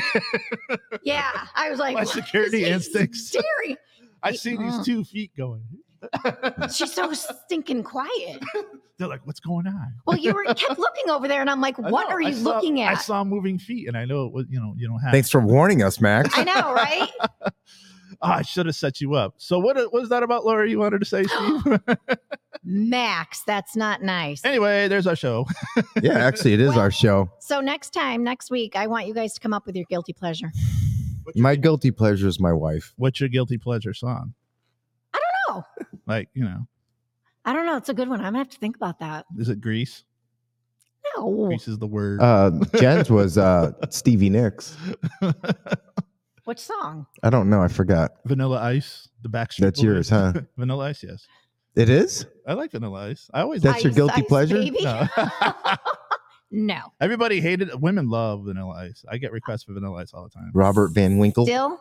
Speaker 3: Yeah, I was like,
Speaker 2: My
Speaker 3: what
Speaker 2: security
Speaker 3: is he
Speaker 2: instincts.
Speaker 3: staring?
Speaker 2: I see
Speaker 3: mm.
Speaker 2: these two feet going.
Speaker 3: She's so stinking quiet.
Speaker 2: They're like, "What's going on?"
Speaker 3: Well, you were kept looking over there, and I'm like,
Speaker 2: I
Speaker 3: what
Speaker 2: know,
Speaker 3: are
Speaker 2: I
Speaker 3: you
Speaker 2: saw-
Speaker 3: looking
Speaker 2: I
Speaker 3: at?
Speaker 2: saw moving feet, and I know it was. You know, you don't have.
Speaker 1: Thanks for warning us, Max.
Speaker 3: I know, right?
Speaker 2: Ah, I should have set you up. So what uh, what was that about, Laura? You wanted to say, Steve?
Speaker 3: Max, that's not nice.
Speaker 2: anyway, there's our show.
Speaker 1: Yeah, actually, it is our show.
Speaker 3: So next time, next week, I want you guys to come up with your guilty pleasure.
Speaker 1: My guilty pleasure is my wife.
Speaker 2: What's your guilty pleasure song?
Speaker 3: I don't know.
Speaker 2: Like, you know,
Speaker 3: I don't know. It's a good one. I'm gonna have to think about that.
Speaker 2: is it Grease?
Speaker 3: No.
Speaker 2: Grease is the word.
Speaker 1: Uh, Jen's was uh, Stevie Nicks.
Speaker 3: What song?
Speaker 1: I don't know. I forgot.
Speaker 2: Vanilla Ice, the Backstreet.
Speaker 1: That's yours, huh?
Speaker 2: Boys. Vanilla Ice, yes.
Speaker 1: It is?
Speaker 2: I like Vanilla Ice. I always.
Speaker 1: That's your
Speaker 3: Ice,
Speaker 1: guilty
Speaker 3: Ice
Speaker 1: pleasure?
Speaker 3: Baby?
Speaker 2: No.
Speaker 3: no.
Speaker 2: Everybody hated. Women love Vanilla Ice. I get requests for Vanilla Ice all the time.
Speaker 1: Robert Van Winkle.
Speaker 3: Still,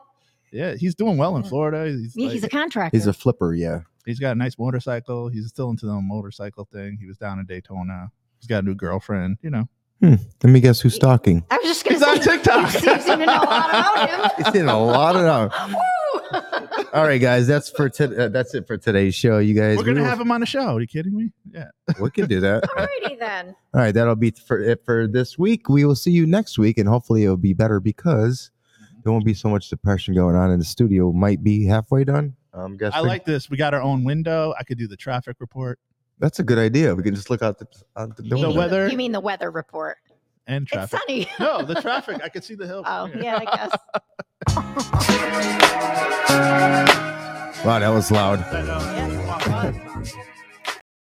Speaker 2: Yeah, he's doing well in Florida. He's
Speaker 3: yeah,
Speaker 2: like-
Speaker 3: he's a contractor.
Speaker 1: He's a flipper, yeah.
Speaker 2: he's got a nice motorcycle. He's still into the motorcycle thing. He was down in Daytona. He's got a new girlfriend. You know,
Speaker 1: Let me guess who's stalking.
Speaker 3: I was just gonna
Speaker 2: he's on
Speaker 3: say,
Speaker 2: TikTok.
Speaker 3: you seem to know a lot about him.
Speaker 1: It's in a lot of.
Speaker 3: Woo!
Speaker 1: All right, guys, that's for to, uh, that's it for today's show. You guys,
Speaker 2: We're gonna
Speaker 1: we will-
Speaker 2: have him on the show. Are you kidding me? Yeah.
Speaker 1: we can do that. All
Speaker 3: Alrighty then.
Speaker 1: right, that'll be for it for this week. We will see you next week, and hopefully it'll be better because there won't be so much depression going on in the studio. Might be halfway done. I'm guessing.
Speaker 2: I like this. We got our own window. I could do the traffic report
Speaker 1: that's a good idea. We can just look out the, out the
Speaker 3: You
Speaker 1: window.
Speaker 3: mean
Speaker 2: weather-
Speaker 3: You mean the weather report?
Speaker 2: and traffic.
Speaker 3: It's Oh. sunny.
Speaker 2: No, the traffic. I could Oh, see the hill.
Speaker 3: Oh yeah, I guess.
Speaker 1: Well,
Speaker 4: Wow, that was loud.
Speaker 5: But, um,
Speaker 1: Yeah, it was.